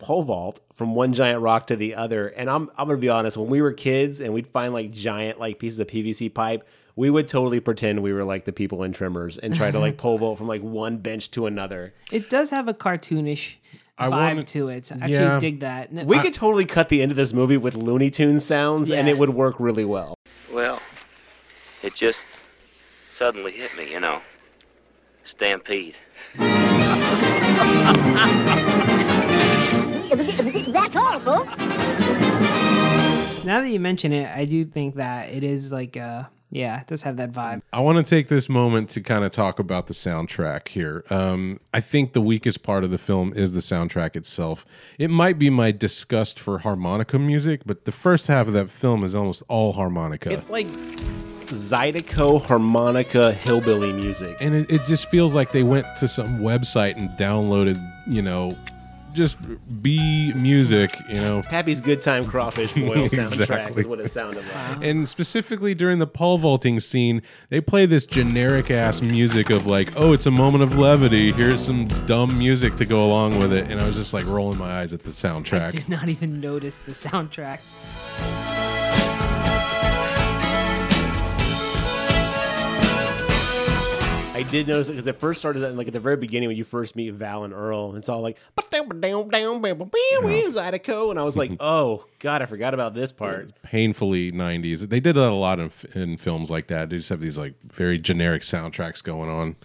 E: pole vault from one giant rock to the other. And I'm I'm gonna be honest, when we were kids and we'd find like giant like pieces of PVC pipe, we would totally pretend we were like the people in trimmers and try to like pole vault from like one bench to another.
B: It does have a cartoonish vibe
C: wanted-
B: to it. I
C: Yeah.
B: can dig that. N- uh,
E: We could totally cut the end of this movie with Looney Tunes sounds, and
B: Yeah.
E: it would work really well.
I: Well, it just suddenly hit me, you know. Stampede.
J: That's all, folks.
B: now that you mention it, I do think that it is like, uh, yeah, it does have that vibe.
C: I want to take this moment to kind of talk about the soundtrack here. Um, I think the weakest part of the film is the soundtrack itself. It might be my disgust for harmonica music, but the first half of that film is almost all harmonica.
E: It's like Zydeco harmonica hillbilly music.
C: and it, it just feels like they went to some website and downloaded you know just b music you know
E: Happy's Good Time Crawfish Boil soundtrack
C: Exactly.
E: is what it sounded like.
C: and specifically during the pole vaulting scene they play this generic ass music of like oh it's a moment of levity here's some dumb music to go along with it and i was just like rolling my eyes at the
B: I
C: soundtrack
B: did not even notice the soundtrack.
E: I did notice it because it first started out, like at the very beginning when you first meet Val and Earl. It's all like Zydeco, and I was like, oh god, I forgot about this part.
C: painfully 90s they did that a lot in, in films like that they just have these like very generic soundtracks going on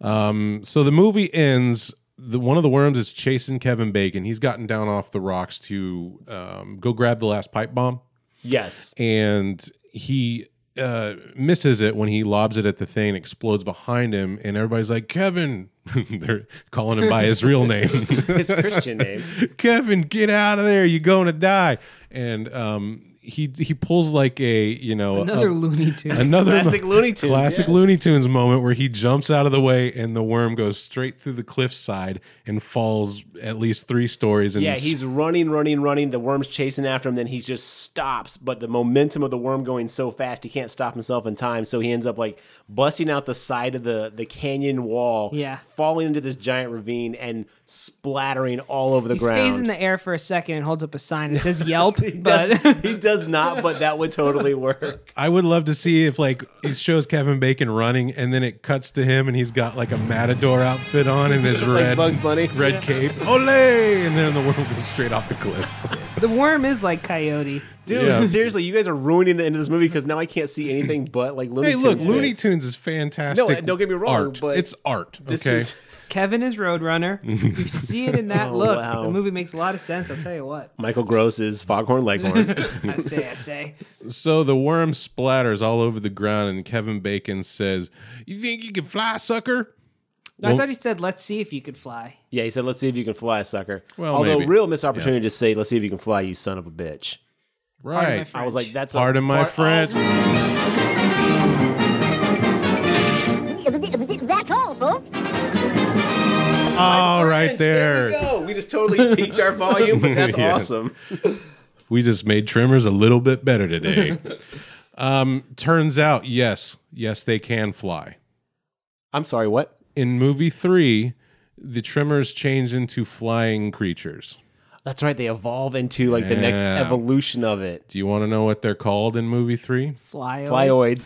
C: Um, so the movie ends. The one of the worms is chasing Kevin Bacon. He's gotten down off the rocks to um, go grab the last pipe bomb,
E: Yes,
C: and he uh, misses it when he lobs it at the thing. Explodes behind him, and everybody's like, "Kevin, They're calling him by his real name.
E: His Christian name.
C: Kevin, get out of there. You're going to die. And um, he he pulls like a, you know,
B: Another
C: a-
B: Looney Tunes.
C: uh, another
E: Classic Looney Tunes,
C: classic
E: yes.
C: Looney Tunes moment where he jumps out of the way and the worm goes straight through the cliffside and falls at least three stories. And
E: Yeah, he's running, running, running. The worm's chasing after him. Then he just stops. But the momentum of the worm going so fast, he can't stop himself in time. So he ends up like busting out the side of the, the canyon wall.
B: Yeah.
E: Falling into this giant ravine and splattering all over the
B: He
E: ground.
B: stays in the air for a second and holds up a sign. It says Yelp,
E: he,
B: but
E: does, he does not, but that would totally work.
C: I would love to see if like it shows Kevin Bacon running and then it cuts to him and he's got like a matador outfit on and his
E: Like
C: red
E: Bugs Bunny.
C: red cape. Ole! And then the worm goes straight off the cliff.
B: the worm is like Coyote.
E: Dude,
C: Yeah.
E: seriously, you guys are ruining the end of this movie because now I can't see anything but like Looney
C: hey,
E: Tunes.
C: look, Looney
E: bits.
C: Tunes is fantastic.
E: No, don't get me wrong,
C: art.
E: but
C: it's art.
E: this
C: okay,
E: is-
B: Kevin is Roadrunner. If you see it in that
E: Oh,
B: look,
E: wow.
B: the movie makes a lot of sense. I'll tell you what.
E: Michael Gross is Foghorn Leghorn.
B: I say, I say.
C: so the worm splatters all over the ground, and Kevin Bacon says, "You think you can fly, sucker?"
B: No, I
C: Well-
B: thought he said, "Let's see if you could fly."
E: yeah, he said, "Let's see if you can fly, sucker."
C: Well,
E: although
C: maybe.
E: real missed opportunity to say, "Let's see if you can fly, you son of a bitch."
B: Pardon my
C: Right.
E: I was like, "That's a
C: Pardon my
E: part- Oh,
C: French.
J: That's all, folks.
C: Oh, right
E: we
C: there.
E: go. We just totally peaked our volume, but that's
C: Yeah.
E: awesome.
C: We just made trimmers a little bit better today. um, turns out, yes, yes, they can fly.
E: I'm sorry, what?
C: In movie three, the trimmers change into flying creatures.
E: That's right. They evolve into like the next
C: Yeah.
E: evolution of it.
C: Do you want to know what they're called in movie three?
B: Flyoids.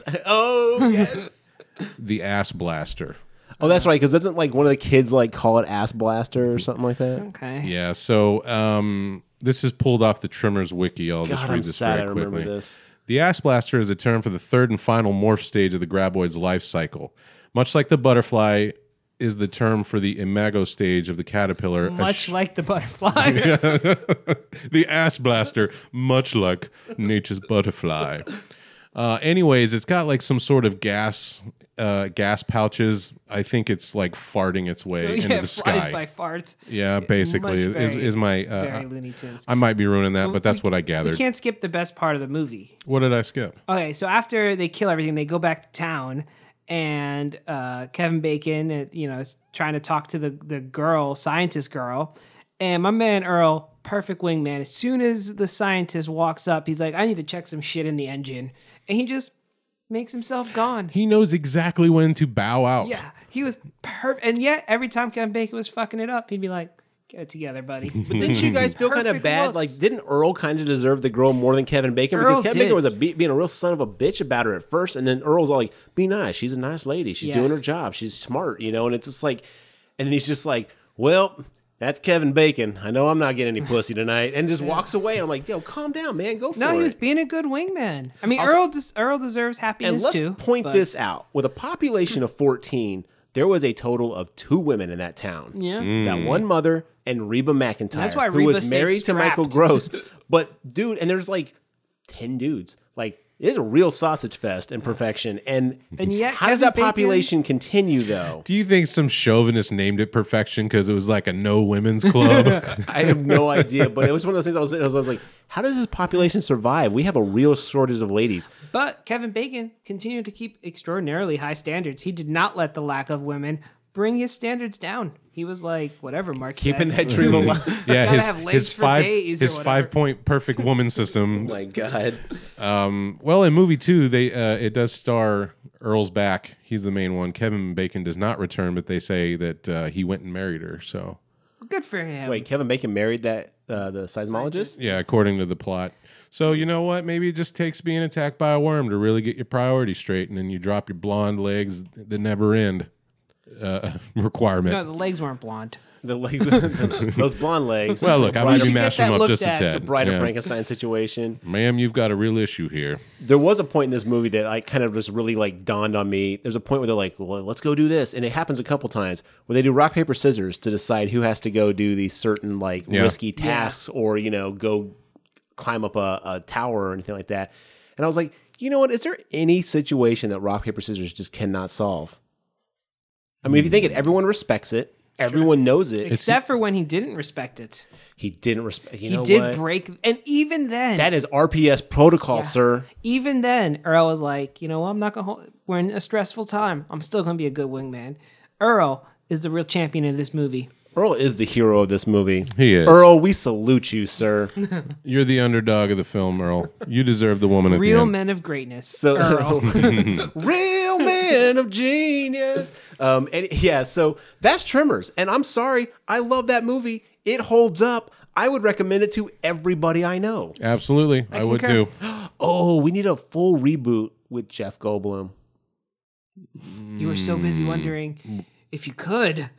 E: Flyoids. Oh yes.
C: The ass blaster.
E: oh, that's right. Because doesn't like one of the kids like call it ass blaster or something like that?
B: Okay.
C: Yeah. So um, this is pulled off the Trimmers wiki. I'll just
E: God,
C: read
E: I'm
C: this
E: sad. I
C: very
E: remember
C: quickly.
E: this.
C: The ass blaster is a term for the third and final morph stage of the graboid's life cycle. Much like the butterfly is the term for the imago stage of the caterpillar. a
B: Much
C: sh-
B: like the butterfly.
C: the ass blaster, much like nature's butterfly. Uh, anyways, it's got like some sort of gas, uh, gas pouches. I think it's like farting its way
B: So,
C: into
B: yeah,
C: the
B: flies
C: sky.
B: by fart.
C: yeah, basically
B: Much
C: is,
B: very-
C: is my uh,
B: very Looney Tunes.
C: I might be ruining that, but that's what I
B: We
C: gathered.
B: can't skip the best part of the movie.
C: What did I skip?
B: Okay, so after they kill everything, they go back to town, and uh, Kevin Bacon, uh, you know, is trying to talk to the the girl, scientist girl, and my man Earl, perfect wingman. As soon as the scientist walks up, he's like, "I need to check some shit in the engine," and he just makes himself gone.
C: He knows exactly when to bow out.
B: Yeah, he was perfect, and yet every time Kevin Bacon was fucking it up, he'd be like, "Get it together, buddy."
E: But didn't you guys feel kind of
B: Perfect
E: bad?
B: looks.
E: Like, didn't Earl kind of deserve the girl more than Kevin Bacon?
B: Earl
E: because Kevin
B: did.
E: Bacon was a be- being a real son of a bitch about her at first, and then Earl's all like, "Be nice. She's a nice lady. She's
B: Yeah.
E: doing her job. She's smart, you know." And it's just like, and then he's just like, "Well." That's Kevin Bacon. I know I'm not getting any pussy tonight, and just walks away. And I'm like, "Yo, calm down, man. Go for
B: no,
E: it."
B: he was being a good wingman. I mean,
E: Also-
B: Earl des- Earl deserves happiness
E: and let's
B: too.
E: point
B: but-
E: this out: with a population of 14, there was a total of two women in that town.
B: Yeah.
E: that one mother and Reba McIntyre.
B: That's why
E: who
B: Reba
E: was
B: stayed
E: married to Michael Gross.
B: strapped.
E: but dude, and there's like ten dudes. Like it is a real sausage fest in perfection. And
B: And yet
E: how does
B: Kevin
E: that population continue though?
C: Do you think some chauvinist named it perfection because it was like a no women's club?
E: I have no idea. But it was one of those things. I was, I was, I was like, how does this population survive? We have a real shortage of ladies.
B: But Kevin Bacon continued to keep extraordinarily high standards. He did not let the lack of women bring his standards down. He was like, whatever, Mark.
E: Keeping
B: said.
E: that dream alive.
C: yeah,
B: Gotta
C: his,
B: have legs
C: his
B: for
C: five
B: days or
C: his
B: whatever.
C: five point perfect woman system.
E: My God.
C: well, in movie two, they uh, it does star Earl's back. He's the main one. Kevin Bacon does not return, but they say that uh, he went and married her. So
B: Good for him.
E: Wait, Kevin Bacon married that uh, the seismologist?
C: yeah, according to the plot. So you know what? Maybe it just takes being attacked by a worm to really get your priorities straight, and then you drop your blonde legs that never end uh, requirement.
B: No, the legs weren't blonde.
E: The legs, those blonde legs.
C: Well, look, I
E: Bride
C: might
E: of-
C: be
B: get
C: mashing
B: that
C: them up
B: looked
C: just a
B: at.
C: tad.
B: It's a
E: Bride
C: Yeah.
E: of Frankenstein situation.
C: Ma'am, you've got a real issue here.
E: there was a point in this movie that I kind of just really like dawned on me. There's a point where they're like, "Well, let's go do this," and it happens a couple times where they do rock paper scissors to decide who has to go do these certain like
C: Yeah.
E: risky tasks or you know go climb up a, a tower or anything like that. And I was like, you know what? Is there any situation that rock paper scissors just cannot solve? I mean, if you think it, everyone respects it. everyone knows it.
B: Except for when he didn't respect it.
E: he didn't respect. You
B: he
E: know
B: did
E: what?
B: break. And even then,
E: that is RPS protocol, sir.
B: even then, Earl was like, you know, what? I'm not going to, we're in a stressful time. I'm still going to be a good wingman. Earl is the real champion of this movie.
E: Earl is the hero of this movie.
C: He is.
E: Earl, we salute you, sir.
C: You're the underdog of the film, Earl. You deserve the woman at the
B: Real
C: end.
B: men of greatness.
E: So-
B: Earl.
E: Real man of genius. Um, and yeah, so that's Tremors. And I'm sorry, I love that movie. It holds up. I would recommend it to everybody I know.
C: Absolutely, I, would
B: concur.
C: too.
E: Oh, we need a full reboot with Jeff Goldblum.
B: you were so
E: Mm.
B: busy wondering if you could.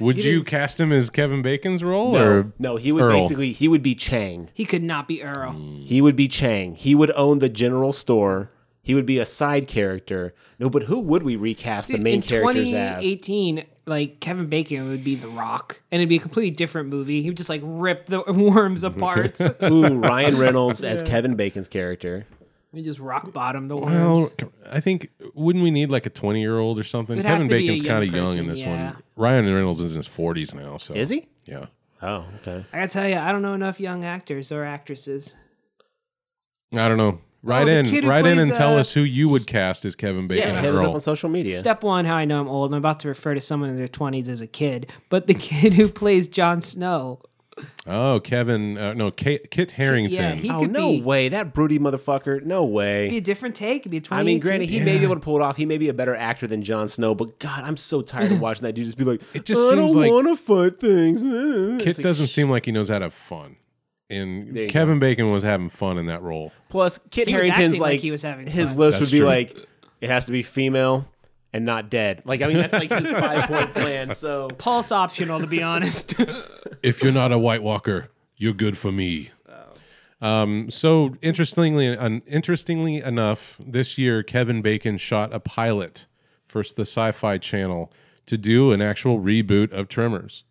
C: Would you cast him as Kevin Bacon's role?
E: No,
C: or
E: no, he would
C: Earl?
E: basically he would be Chang.
B: he could not be Earl.
E: He would be Chang. He would own the general store. He would be a side character. No, but who would we recast the main
B: in
E: characters as?
B: 2018, like Kevin Bacon would be The Rock, and it'd be a completely different movie. He would just like rip the worms apart. he
E: Ooh, Ryan Reynolds as Kevin Bacon's character.
B: just rock bottom the worms.
C: Well, I think wouldn't we need like a twenty-year-old or something?
B: It'd have
C: Kevin
B: to be a
C: Bacon's
B: young
C: kind of young in
B: person,
C: this
B: yeah.
C: one. Ryan Reynolds is in his forties now. So
E: Is he?
C: Yeah.
E: Oh, okay.
B: I gotta tell you, I don't know enough young actors or actresses.
C: I don't know. Write
B: Oh, the
C: in,
B: kid who
C: write in,
B: plays,
C: and tell
B: uh,
C: us who you would cast as Kevin Bacon.
E: Yeah,
C: as
E: hit us
C: Earl.
E: up on social media.
B: Step one, how I know I'm old. I'm about to refer to someone in their 20s as a kid, but the kid who plays Jon Snow,
C: oh, Kevin. Uh, no, Kate, Kit Harrington.
B: yeah, he
E: oh
B: could
E: no
B: be,
E: way! That broody motherfucker! No
B: be
E: way!
B: a different take. It'd be a 20.
E: I mean, granted, he may be able to pull it off. He may be a better actor than Jon Snow, but God, I'm so tired of watching that dude just be like, "It
C: just
E: just I
C: seems
E: don't
C: like-
E: want to fight things." eh."
C: Kit
E: It's like,
C: doesn't
E: sh-
C: seem like he knows how to have fun.
E: There you
C: And Kevin Bacon was having fun in that role.
E: Plus, Kit
B: He was
E: Harrington's
B: acting
E: like,
B: like he was having
E: his
B: fun.
E: list
C: That's
E: would be
C: true.
E: like, it has to be female and not dead. Like, I mean, that's like his five point plan. So
B: Pulse optional, to be honest.
C: if you're not a White Walker, you're good for me. Um, so interestingly, un, interestingly enough, this year Kevin Bacon shot a pilot for the Sci-Fi Channel to do an actual reboot of Tremors.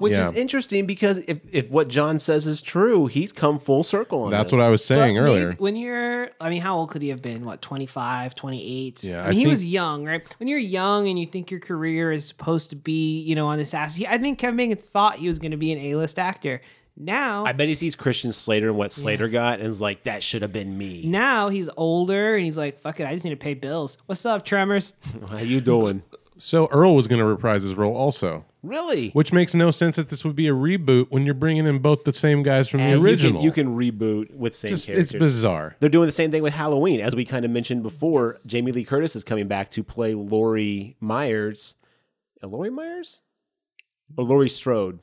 E: Which
C: Yeah.
E: is interesting because if, if what John says is true, he's come full circle on
C: That's
E: this.
C: what I was saying
B: But
C: earlier.
B: maybe- when you're, I mean, how old could he have been? What, 25, 28?
C: Yeah,
B: I
C: I
B: mean, he
C: think-
B: was young, right? When you're young and you think your career is supposed to be, you know, on this ass, he- I think Kevin Bacon thought he was going to be an A-list actor. Now,
E: I bet he sees Christian Slater and what Slater got and is like, that should have been me.
B: now he's older and he's like, fuck it, I just need to pay bills. What's up, Tremors?
E: How you doing?
C: so Earl was going to reprise his role also,
E: Really?
C: which makes no sense that this would be a reboot when you're bringing in both the same guys from
E: And
C: the original.
E: You can, you can reboot with same
C: Just-
E: characters.
C: it's bizarre.
E: They're doing the same thing with Halloween, as we kind of mentioned before. Jamie Lee Curtis is coming back to play Laurie Myers. Uh, Laurie Myers or Laurie Strode?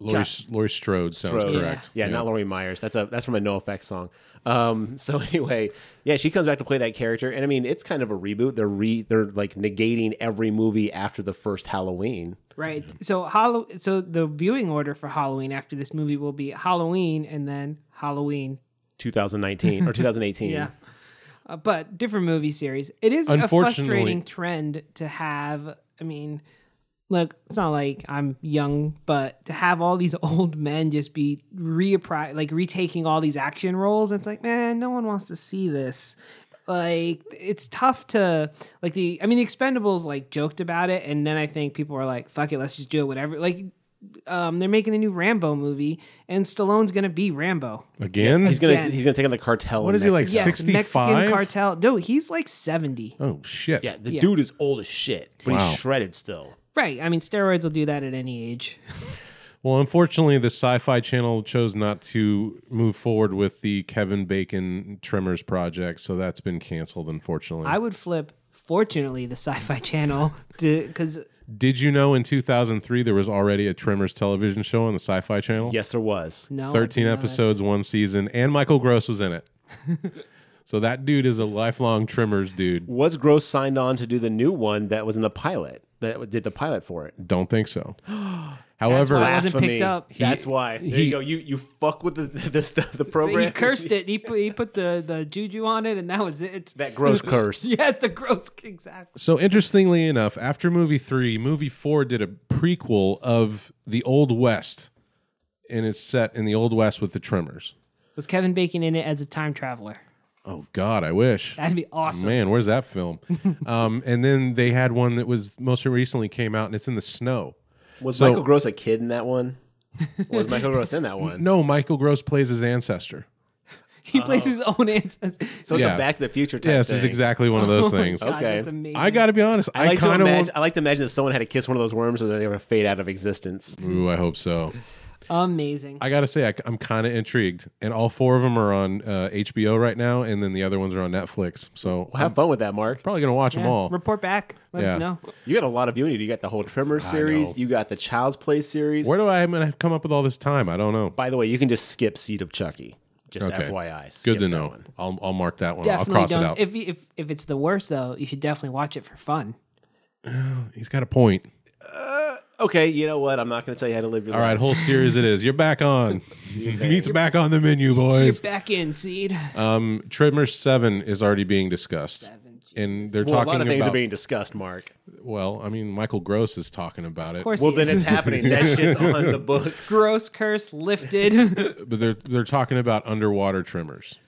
C: Laurie, Laurie Strode sounds
E: Strode.
C: correct.
E: Yeah, not Laurie Myers. That's a that's from a No Effects song. Um, so anyway, yeah, she comes back to play that character, and I mean, it's kind of a reboot. They're re they're like negating every movie after the first Halloween.
B: Right. So Hall- so the viewing order for Halloween after this movie will be Halloween and then Halloween.
E: 2019 or 2018.
B: Yeah. Uh, but different movie series. It is a
C: Unfortunately-
B: frustrating trend to have. I mean, look, it's not like I'm young, but to have all these old men just be reappri- like retaking all these action roles, it's like, man, no one wants to see this. Like it's tough to like the I mean the Expendables like joked about it and then I think people were like fuck it let's just do it whatever like um they're making a new Rambo movie and Stallone's gonna be Rambo
C: Again?
E: He's gonna
B: Again.
E: he's gonna take on the cartel.
C: What
E: in
C: is he, like,
E: Mexico.
B: yes
C: 65?
B: Mexican cartel no he's like seventy
C: oh, shit.
E: Yeah, the dude is old as shit, but
C: Wow.
E: he's shredded still.
B: Right. I mean, steroids will do that at any age.
C: Well, unfortunately, the Sci Fi Channel chose not to move forward with the Kevin Bacon Tremors project, so that's been canceled, unfortunately.
B: I would flip, fortunately, the Sci Fi Channel to because
C: Did you know in 2003 there was already a Tremors television show on the Sci Fi Channel?
E: Yes, there was.
B: no. I
C: 13
B: did not.
C: episodes, one season, and Michael Gross was in it. so that dude is a lifelong Tremors dude.
E: Was Gross signed on to do the new one that was in the pilot that did the pilot for it?
C: Don't think so. However,
B: why I wasn't picked up.
E: That's why. There
C: he-
E: you go. You you fuck with the this the, the
B: So
E: program.
B: he cursed it. He put, he put the, the juju on it, and that was it. It's,
E: that gross curse.
B: yeah, the gross. Exactly.
C: So interestingly enough, after movie three, movie four did a prequel of the Old West, and it's set in the Old West with the Tremors.
B: Was Kevin Bacon in it as a time traveler?
C: Oh God, I wish.
B: That'd be awesome.
C: Man, where's that film? um, and then they had one that was most recently came out, and it's in the snow.
E: Was
C: So-
E: Michael Gross a kid in that one? Or was Michael Gross in that one?
C: No, Michael Gross plays his ancestor.
B: He plays his own ancestors.
E: So it's
C: Yeah.
E: a Back to the Future type
C: Yes,
E: thing.
C: it's exactly one of those things.
B: God,
E: Okay.
B: that's amazing.
C: I got to be honest.
E: I like to
C: kind of.
E: imagine. I like to imagine that someone had to kiss one of those worms, or they were fade out of existence.
C: Ooh, I hope so.
B: amazing.
C: I gotta say, I, am kind of intrigued, and all four of them are on uh, HBO right now, and then the other ones are on Netflix. So
E: Well, have fun with that, Mark.
C: I'm probably gonna watch
B: Yeah.
C: them all.
B: Report back. Let
C: Yeah.
B: us know.
E: You got a lot of unity. You got the whole Trimmer series.
C: know.
E: You got the Child's Play series.
C: Where do I am gonna come up with all this time? I don't know.
E: By the way, you can just skip Seed of Chucky. Just
C: Okay.
E: FYI.
C: Good
E: skip
C: to
E: that
C: know.
E: one.
C: I'll, I'll mark that one.
B: Definitely
C: I'll cross
B: don't.
C: it out.
B: If, you- if if it's the worst though, you should definitely watch it for fun.
C: He's got a point.
E: Okay, you know what? I'm not going to tell you how to live your
C: All
E: life.
C: right, whole series it is. You're back on. Meat's back on the menu,
B: You're
C: boys.
B: back in seed.
C: Uh, Trimmer Seven is already being discussed, and they're
E: Well, a
C: talking
E: lot of things
C: about.
E: are being discussed, Mark.
C: well, I mean, Michael Gross is talking about it.
B: of course,
E: Well,
B: he
E: then
B: is.
E: it's happening. That shit's on the books.
B: gross curse lifted. Aren't
C: but they're they're talking about underwater trimmers.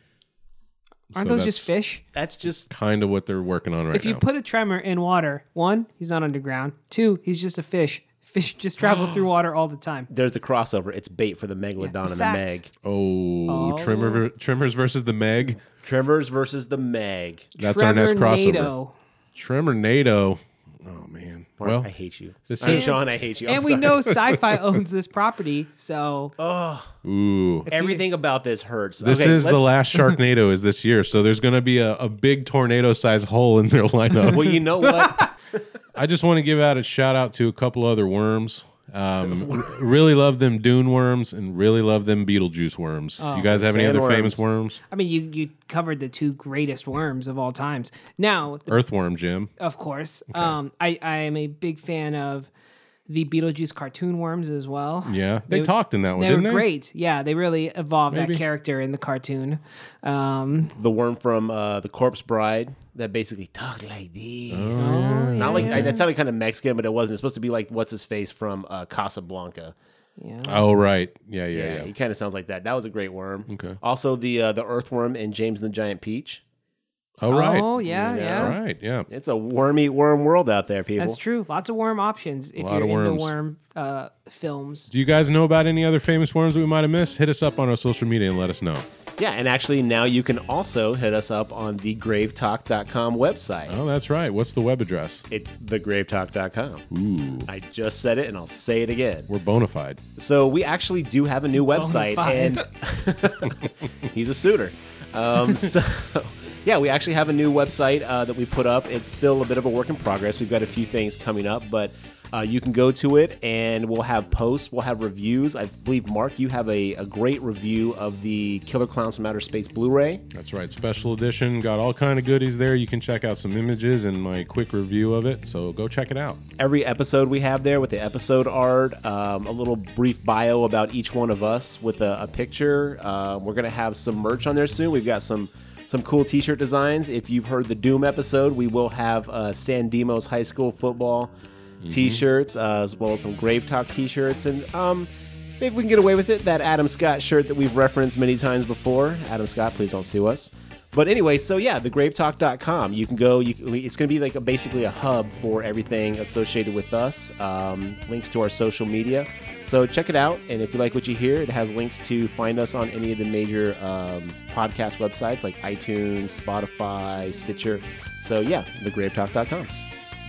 B: those just fish?
E: That's just
C: Kind of what they're working on right
B: if you
C: now.
B: put a tremor in water, one, he's not underground. Two, he's just a fish. Fish just travel through water all the time.
E: there's the crossover. It's bait for the Megalodon and the
B: fact.
E: Meg.
C: Oh, Trimmer ver- Trimmers versus the Meg.
E: Tremors versus the Meg.
C: That's our next crossover.
B: Tremornado.
C: Trimmer NATO. Oh man.
E: Mark,
C: well,
E: I hate you.
C: this
E: I'm
C: is-
E: Sean, I hate you. I'm
B: And we
E: sorry.
B: know sci-fi owns this property, so
C: ooh.
E: everything about this hurts.
C: This
E: Okay,
C: is the
E: let's-
C: last Sharknado is this year, so there's going to be a, a big tornado-sized hole in their lineup.
E: Well, you know what?
C: I just want to give out a shout out to a couple other worms. Um, r- really love them Dune worms, and really love them Beetlejuice worms.
B: Oh.
C: you guys have any other
E: Sandworms.
C: famous worms?
B: I mean, you you covered the two greatest worms of all times. Now,
C: Earthworm, Jim.
B: of course, um, I I am a big fan of the Beetlejuice cartoon worms as well.
C: Yeah, they, talked in that one,
B: They
C: didn't
B: were
C: they?
B: great. Yeah, they really evolved
C: Maybe.
B: that character in the cartoon. Um,
E: the worm from uh, the Corpse Bride that basically talked like this.
C: Oh.
E: Not like I, that sounded kind of Mexican, but it wasn't. It's supposed to be like what's his face from uh, Casablanca.
C: Oh right, yeah, yeah,
E: Yeah,
C: yeah.
E: he kind of sounds like that. That was a great worm.
C: Okay.
E: Also, the uh, the earthworm in James and the Giant Peach.
C: Oh right,
B: Oh yeah, yeah.
C: all right, yeah.
E: It's a wormy worm world out there, people.
B: That's true. Lots of worm options if
C: Lot
B: you're
C: of
B: into
C: worms.
B: worm uh, films.
C: Do you guys know about any other famous worms that we might have missed? Hit us up on our social media and let us know.
E: Yeah, and actually now you can also hit us up on the gravetalk.com website.
C: Oh, that's right. What's the web address?
E: It's thegravetalk.com. Ooh. I just said it and I'll say it again.
C: We're bona fide.
E: So we actually do have a new website, and
B: fide.
E: he's a suitor. Um, so yeah, we actually have a new website uh, that we put up. It's still a bit of a work in progress. We've got a few things coming up, but uh, you can go to it, and we'll have posts, we'll have reviews. I believe Mark, you have a, a great review of the Killer Clowns from Outer Space Blu-ray.
C: That's right. Special edition. Got all kind of goodies there. You can check out some images and my quick review of it. So go check it out.
E: every episode we have there with the episode art, um, a little brief bio about each one of us with a, a picture. Uh, we're gonna have some merch on there soon. We've got some some cool T-shirt designs. If you've heard the Doom episode, we will have uh, San Demos High School football T-shirts uh, as well as some Grave Talk T-shirts and. Um, Maybe we can get away with it. That Adam Scott shirt that we've referenced many times before. Adam Scott, please don't sue us. But anyway, so yeah, thegravetalk.com. You can go. You, can- it's going to be like a, basically a hub for everything associated with us. Um, links to our social media. So check it out. And if you like what you hear, it has links to find us on any of the major um, podcast websites like iTunes, Spotify, Stitcher. So yeah, thegravetalk.com.